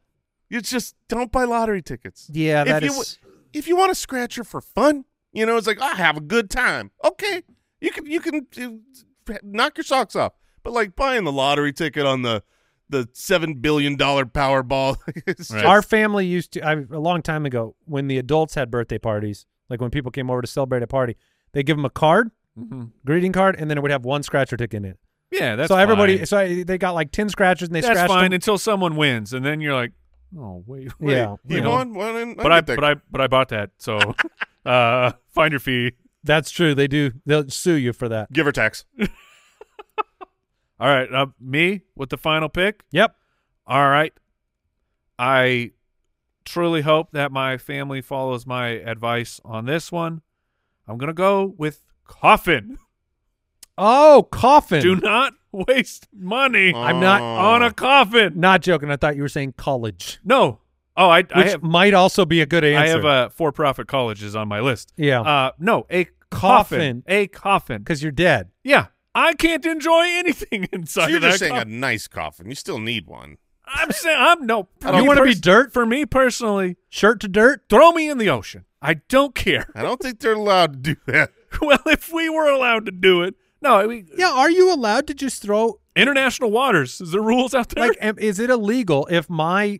S4: you just don't buy lottery tickets.
S3: Yeah,
S4: if
S3: that
S4: you
S3: is-
S4: w- if you want a scratcher for fun, you know, it's like I have a good time. Okay, you can you can uh, knock your socks off, but like buying the lottery ticket on the the seven billion dollar Powerball, it's just-
S3: Our family used to I, a long time ago when the adults had birthday parties, like when people came over to celebrate a party, they give them a card,
S4: Mm-hmm.
S2: Mhm.
S3: greeting card, and then it would have one scratcher ticket in it.
S2: Yeah, that's
S3: so everybody,
S2: fine.
S3: so I, they got like ten scratchers and they
S2: that's
S3: scratched
S2: fine
S3: them.
S2: until someone wins, and then you're like, oh wait, wait.
S3: yeah,
S4: he
S3: you know.
S4: won. Well, then
S2: But I
S4: get that.
S2: but I but I bought that, so uh, finder fee.
S3: that's true. They do. They'll sue you for that.
S4: give her tax.
S2: All right, uh, me with the final pick.
S3: Yep.
S2: All right. I truly hope that my family follows my advice on this one. I'm going to go with coffin.
S3: Oh, coffin.
S2: Do not waste money
S3: I'm not
S2: on
S4: Oh.
S2: a coffin.
S3: Not joking. I thought you were saying college,
S2: No. Oh, I, I
S3: which
S2: have
S3: might also be a good
S2: I
S3: answer.
S2: have uh, for-profit colleges on my list.
S3: Yeah.
S2: Uh, no, a coffin.
S3: Coffin.
S2: A coffin.
S3: because you're dead.
S2: Yeah. I can't enjoy anything
S4: So
S2: inside
S4: you're
S2: of that
S4: just saying a
S2: coffin.
S4: nice coffin. You still need one.
S2: I'm saying I'm no.
S3: don't- You wanna be dirt?
S2: for me personally?
S3: Shirt to dirt.
S2: Throw me in the ocean. I don't care.
S4: I don't think they're allowed to do that.
S2: well, if we were allowed to do it, no, I mean,
S3: Yeah. Are you allowed to just throw
S2: international waters is there rules out there?
S3: like am, is it illegal if my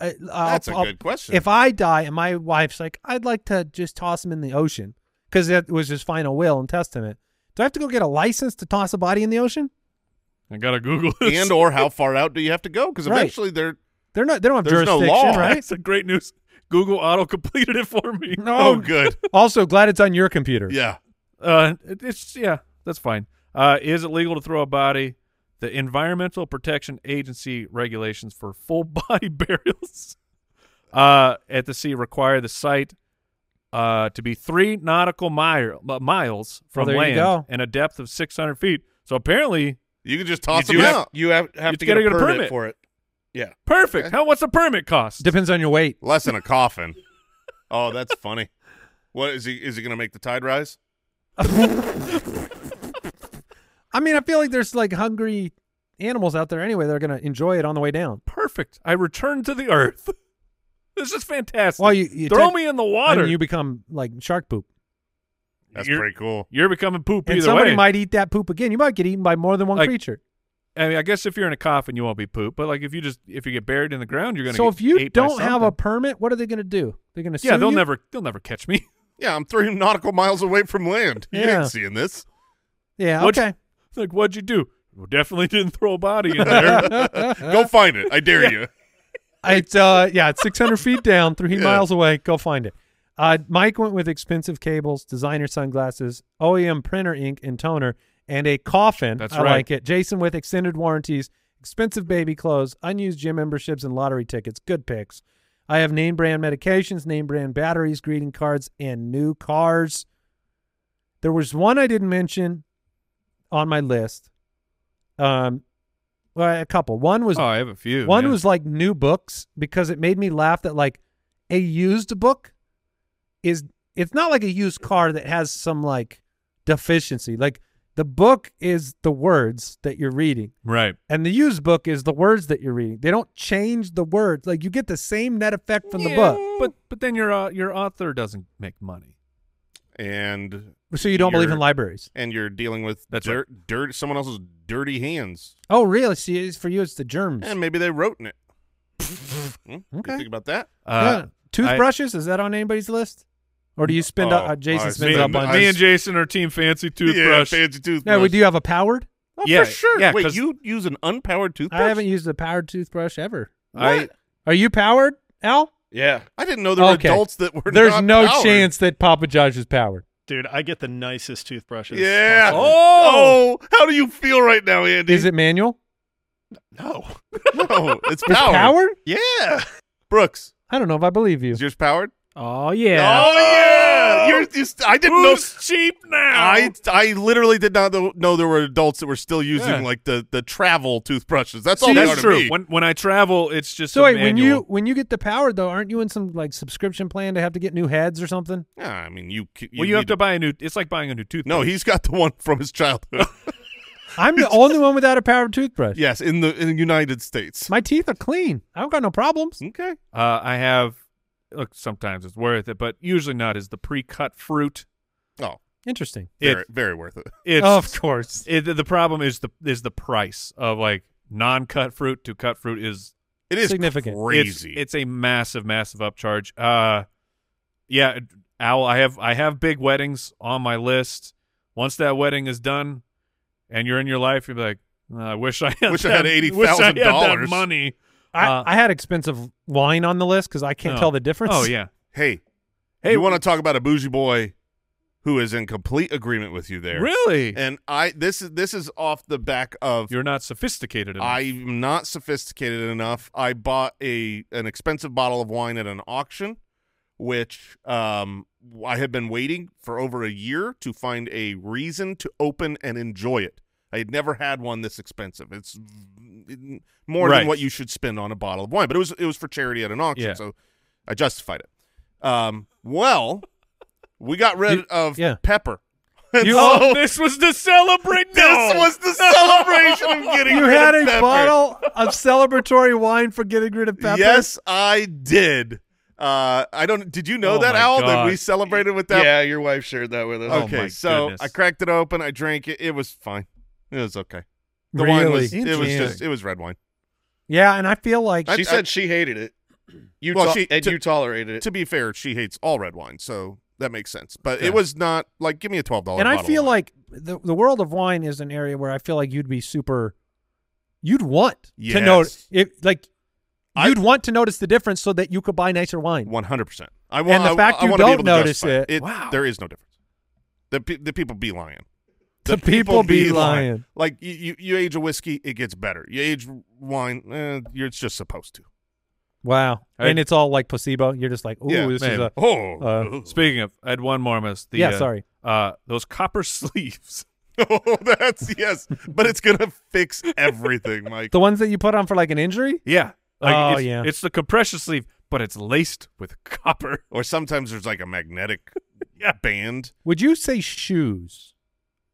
S3: uh, I'll-
S4: That's a
S3: I'll-
S4: good question.
S3: if i die and my wife's like i'd like to just toss him in the ocean because that was his final will and testament do i have to go get a license to toss a body in the ocean
S2: I gotta Google this.
S4: and or how far out do you have to go? Because
S3: Right.
S4: eventually they're
S3: they're not they don't have
S4: There's no
S3: jurisdiction
S4: law.
S3: right
S2: That's a great news. Google auto completed it for me.
S4: oh good.
S3: also glad it's on your computer
S4: Yeah.
S2: Uh, it- it's yeah, that's fine. Uh, is it legal to throw a body? The Environmental Protection Agency regulations for full body burials uh, at the sea require the site uh, to be three nautical mile, uh, miles from
S3: there you
S2: land
S3: go.
S2: and a depth of 600 feet. So apparently,
S4: You can just
S5: You
S4: toss
S5: do
S4: them
S5: have,
S4: out.
S5: You have, have
S2: You
S5: to get
S2: gotta
S5: a,
S2: get a
S5: permit,
S2: permit.
S5: for it. Yeah.
S2: perfect.
S4: Okay.
S2: How what's a permit cost?
S3: Depends on your weight.
S4: Less than a coffin. oh, that's funny. What is he? Is he going to make the tide rise?
S3: I mean, I feel like there's like hungry animals out there anyway. They're gonna enjoy it on the way down.
S2: perfect. I return to the earth. This is fantastic.
S3: Well, you- you
S2: throw
S3: take-
S2: me in the water.
S3: And you become like shark poop.
S4: That's
S2: You're-
S4: pretty cool.
S2: You're becoming poop
S3: And
S2: either
S3: somebody
S2: way.
S3: might eat that poop again. You might get eaten by more than one
S2: Like,
S3: creature.
S2: I mean, I guess if you're in a coffin, you won't be poop. But like if you just if you get buried in the ground, you're gonna.
S3: So
S2: get
S3: if you
S2: ate by
S3: don't have a
S2: something.
S3: permit, what are they gonna do? They're gonna
S2: yeah,
S3: sue
S2: they'll
S3: you?
S2: never they'll never catch me.
S4: Yeah, I'm three nautical miles away from land. You
S3: Yeah.
S4: ain't seeing this.
S3: Yeah,
S2: What's-
S3: okay.
S2: like what'd you do? Well, definitely didn't throw a body in there.
S4: Go find it. I dare you.
S3: It's uh yeah, it's 600 feet down, three
S4: Yeah.
S3: miles away. Go find it. Uh, Mike went with expensive cables, designer sunglasses, OEM printer ink and toner, and a coffin.
S2: That's
S3: I
S2: right.
S3: like it. Jason with extended warranties, expensive baby clothes, unused gym memberships, and lottery tickets. Good picks. I have name brand medications, name brand batteries, greeting cards, and new cars. There was one I didn't mention on my list. Um, well, a couple. One was
S2: oh, I have a few.
S3: one
S2: yeah.
S3: was like new books because it made me laugh that like a used book is it's not like a used car that has some like deficiency. Like the book is the words that you're reading
S2: right.
S3: and the used book is the words that you're reading. They don't change the words. Like you get the same net effect from the book.
S2: but but then your uh, your author doesn't make money.
S4: And
S3: So you don't believe in
S4: You're-
S3: libraries.
S4: and you're dealing with
S2: That's
S4: dirt, dirt, someone else's dirty hands,
S3: Oh, really? See, it's- for you it's the germs.
S4: and maybe they wrote in it. Hmm? You
S3: Okay.
S4: Think about that.
S3: Yeah.
S2: Uh,
S3: Toothbrushes is that on anybody's list? Or do you spend
S4: Oh,
S3: up, uh, Jason
S4: I
S3: spends
S4: spend-
S3: up on
S4: I
S2: me and Jason are team fancy toothbrush.
S4: Yeah, fancy toothbrush.
S3: No, we do have a powered?
S4: Oh,
S2: Yeah,
S4: for sure.
S2: yeah,
S4: Wait,
S2: 'cause-
S4: you use an unpowered toothbrush?
S3: I haven't used a powered toothbrush ever.
S2: I
S3: Are you powered, Al?
S5: Yeah.
S4: I didn't know there were
S3: Okay.
S4: adults that were.
S3: There's
S4: not
S3: no
S4: powered.
S3: chance that Papa Josh is powered.
S8: Dude, I get the nicest toothbrushes.
S4: Yeah.
S8: possible.
S4: Oh. how do you feel right now, Andy?
S3: Is it manual?
S8: No.
S4: No,
S3: It's
S4: it's powered.
S3: powered?
S4: Yeah. Brooks,
S3: I don't know if I believe you.
S4: is yours powered?
S3: Oh yeah.
S4: Oh yeah. Yours, you st- I didn't know.
S2: Who's cheap now?
S4: I I literally did not know, know there were adults that were still using
S2: Yeah.
S4: like the the travel toothbrushes. That's
S3: So
S4: all
S3: you-
S4: they
S2: That's
S4: are
S2: true.
S4: To me.
S2: When when I travel, it's just
S3: So
S2: a
S3: wait, when
S2: manual.
S3: you when you get the powered though, aren't you in some like subscription plan to have to get new heads or something?
S4: Yeah, I mean, you. c-
S2: well, you have
S4: need
S2: to buy a new. It's like buying a new toothbrush.
S4: No, he's got the one from his childhood.
S3: I'm the only one without a powered toothbrush.
S4: yes, in the in the United States.
S3: My teeth are clean. I don't got no problems.
S4: okay.
S2: Uh, I have. Look, sometimes it's worth it, but usually not. Is the pre-cut fruit?
S4: Oh,
S3: Interesting.
S4: very,
S2: It-
S4: very worth it.
S2: It's
S3: of course.
S2: it, the problem is the is the price of like non-cut fruit to cut fruit is
S4: It is
S3: Significant. It's-
S2: it's,
S4: crazy.
S2: it's a massive massive upcharge. Uh, yeah, it- Al, I have I have big weddings on my list. Once that wedding is done, and you're in your life, you're like, I wish I had
S4: Wish I
S2: that-
S4: had
S2: wish I had that
S4: $80,000.
S2: money.
S3: I,
S2: Uh,
S3: I had expensive wine on the list because I can't
S2: No.
S3: tell the difference.
S2: Oh yeah,
S4: hey,
S2: Hey,
S4: hey, you want to talk about a bougie boy who is in complete agreement with you there?
S2: really?
S4: And I this is this is off the back of
S2: You're not sophisticated enough.
S4: I'm not sophisticated enough. I bought a an expensive bottle of wine at an auction, which um I had been waiting for over a year to find a reason to open and enjoy it. I had never had one this expensive. It's mm, more
S2: Right.
S4: than what you should spend on a bottle of wine, but it was it was for charity at an auction,
S2: Yeah.
S4: so I justified it. Um, well, we got rid
S3: You-
S4: of
S3: yeah.
S4: Pepper.
S3: You-
S2: oh, this was to celebrate.
S4: This
S2: No!
S4: was the celebration of getting
S3: You
S4: rid
S3: had
S4: of
S3: a
S4: Pepper.
S3: bottle of celebratory wine for getting rid of pepper.
S4: Yes, I did. Uh, I don't. Did you know
S2: Oh
S4: that
S2: my
S4: Al that
S2: God.
S4: we celebrated with that?
S5: yeah, your wife shared that with us.
S2: Oh
S4: Okay,
S2: my
S4: so
S2: goodness.
S4: I cracked it open. I drank it. It was fine. It was okay. The
S3: really.
S4: wine was. It was
S3: Interesting.
S4: just. It was red wine.
S3: yeah, and I feel like
S4: I-
S5: she said she hated it. You
S4: Well,
S5: to-
S4: she-
S5: and
S4: to-
S5: you tolerated it.
S4: To be fair, she hates all red wine, so that makes sense. But
S2: Yeah.
S4: it was not like give me a twelve dollar.
S3: and I feel like the the world of wine is an area where I feel like you'd be super, you'd want to know
S4: Yes.
S3: if like
S4: I-
S3: you'd want to notice the difference so that you could buy nicer wine.
S4: one hundred percent. I want.
S3: And the
S4: I-
S3: fact
S4: I,
S3: you
S4: wanna be
S3: don't
S4: able to
S3: notice
S4: justify
S3: it-
S4: Wow. There is no difference. The pe- the people be lying.
S3: The people be lying.
S4: Like you, you, you age a whiskey, it gets better. You age wine, eh, you're, it's just supposed to.
S3: Wow.
S2: I-
S3: and it's all like placebo. You're just like, ooh,
S2: Yeah,
S3: this
S2: maybe.
S3: is a
S4: oh.
S3: uh,
S2: Speaking of, I had one more miss. The,
S3: Yeah,
S2: uh,
S3: sorry.
S2: Uh, those copper sleeves.
S4: oh, that's yes, but it's gonna fix everything, Mike.
S3: the ones that you put on for like an injury.
S2: Yeah.
S3: Oh,
S2: it's,
S3: yeah.
S2: It's the compression sleeve, but it's laced with copper.
S4: Or sometimes there's like a magnetic band.
S3: Would you say shoes?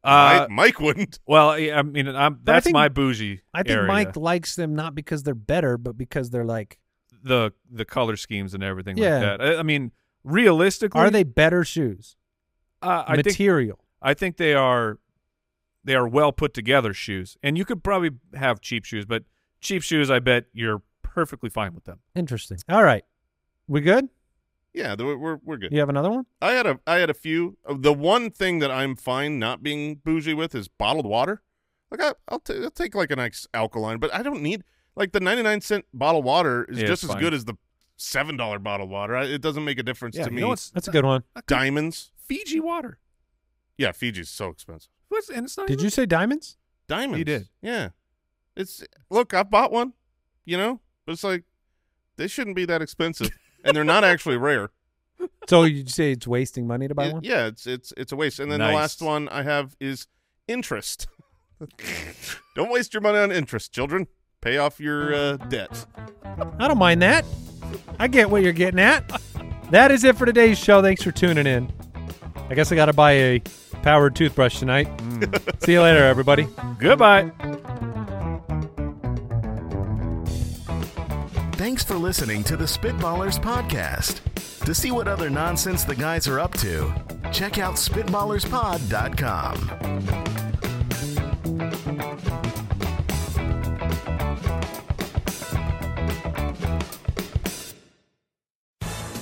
S4: I- Mike wouldn't.
S2: Uh, Well, yeah, I mean, I'm,
S3: But I
S2: that's
S3: think-
S2: my bougie.
S3: I think
S2: area.
S3: Mike likes them not because they're better, but because they're like,
S2: the the color schemes and everything
S3: Yeah.
S2: like that. I, I mean, realistically,
S3: are they better shoes?
S2: Uh, I think
S3: Material.
S2: I think they are they are well put together shoes, and you could probably have cheap shoes, but cheap shoes, I bet you're perfectly fine with them.
S3: Interesting. All right. We good?
S4: Yeah, th- we're we're good.
S3: You have another one?
S4: I had a I had a few. Uh, The one thing that I'm fine not being bougie with is bottled water. Like I, I'll, t- I'll take like an ex- alkaline, but I don't need like the 99 cent bottle water is
S2: Yeah, it's
S4: just as
S2: fine.
S4: good as the seven dollar bottle water. I, it doesn't make a difference to
S2: you
S4: me.
S2: know what's-
S3: That's a good one.
S4: diamonds.
S2: Fiji water.
S4: Yeah, Fiji's so expensive.
S2: What's and it's not.
S3: Did
S2: even-
S3: you say diamonds?
S4: Diamonds.
S2: You did.
S4: Yeah. It's look, I bought one. You know, but it's like they shouldn't be that expensive, and they're not actually rare.
S3: So you say it's wasting money to buy
S4: Yeah,
S3: one?
S4: Yeah, it's it's it's a waste. And then the
S2: Nice.
S4: last one I have is interest. Don't waste your money on interest, children. Pay off your uh, debt.
S3: I don't mind that. I get what you're getting at. That is it for today's show. Thanks for tuning in. I guess I got to buy a powered toothbrush tonight. See you later, everybody.
S2: Goodbye.
S1: Thanks for listening to the Spitballers Podcast. To see what other nonsense the guys are up to, check out SpitballersPod.com.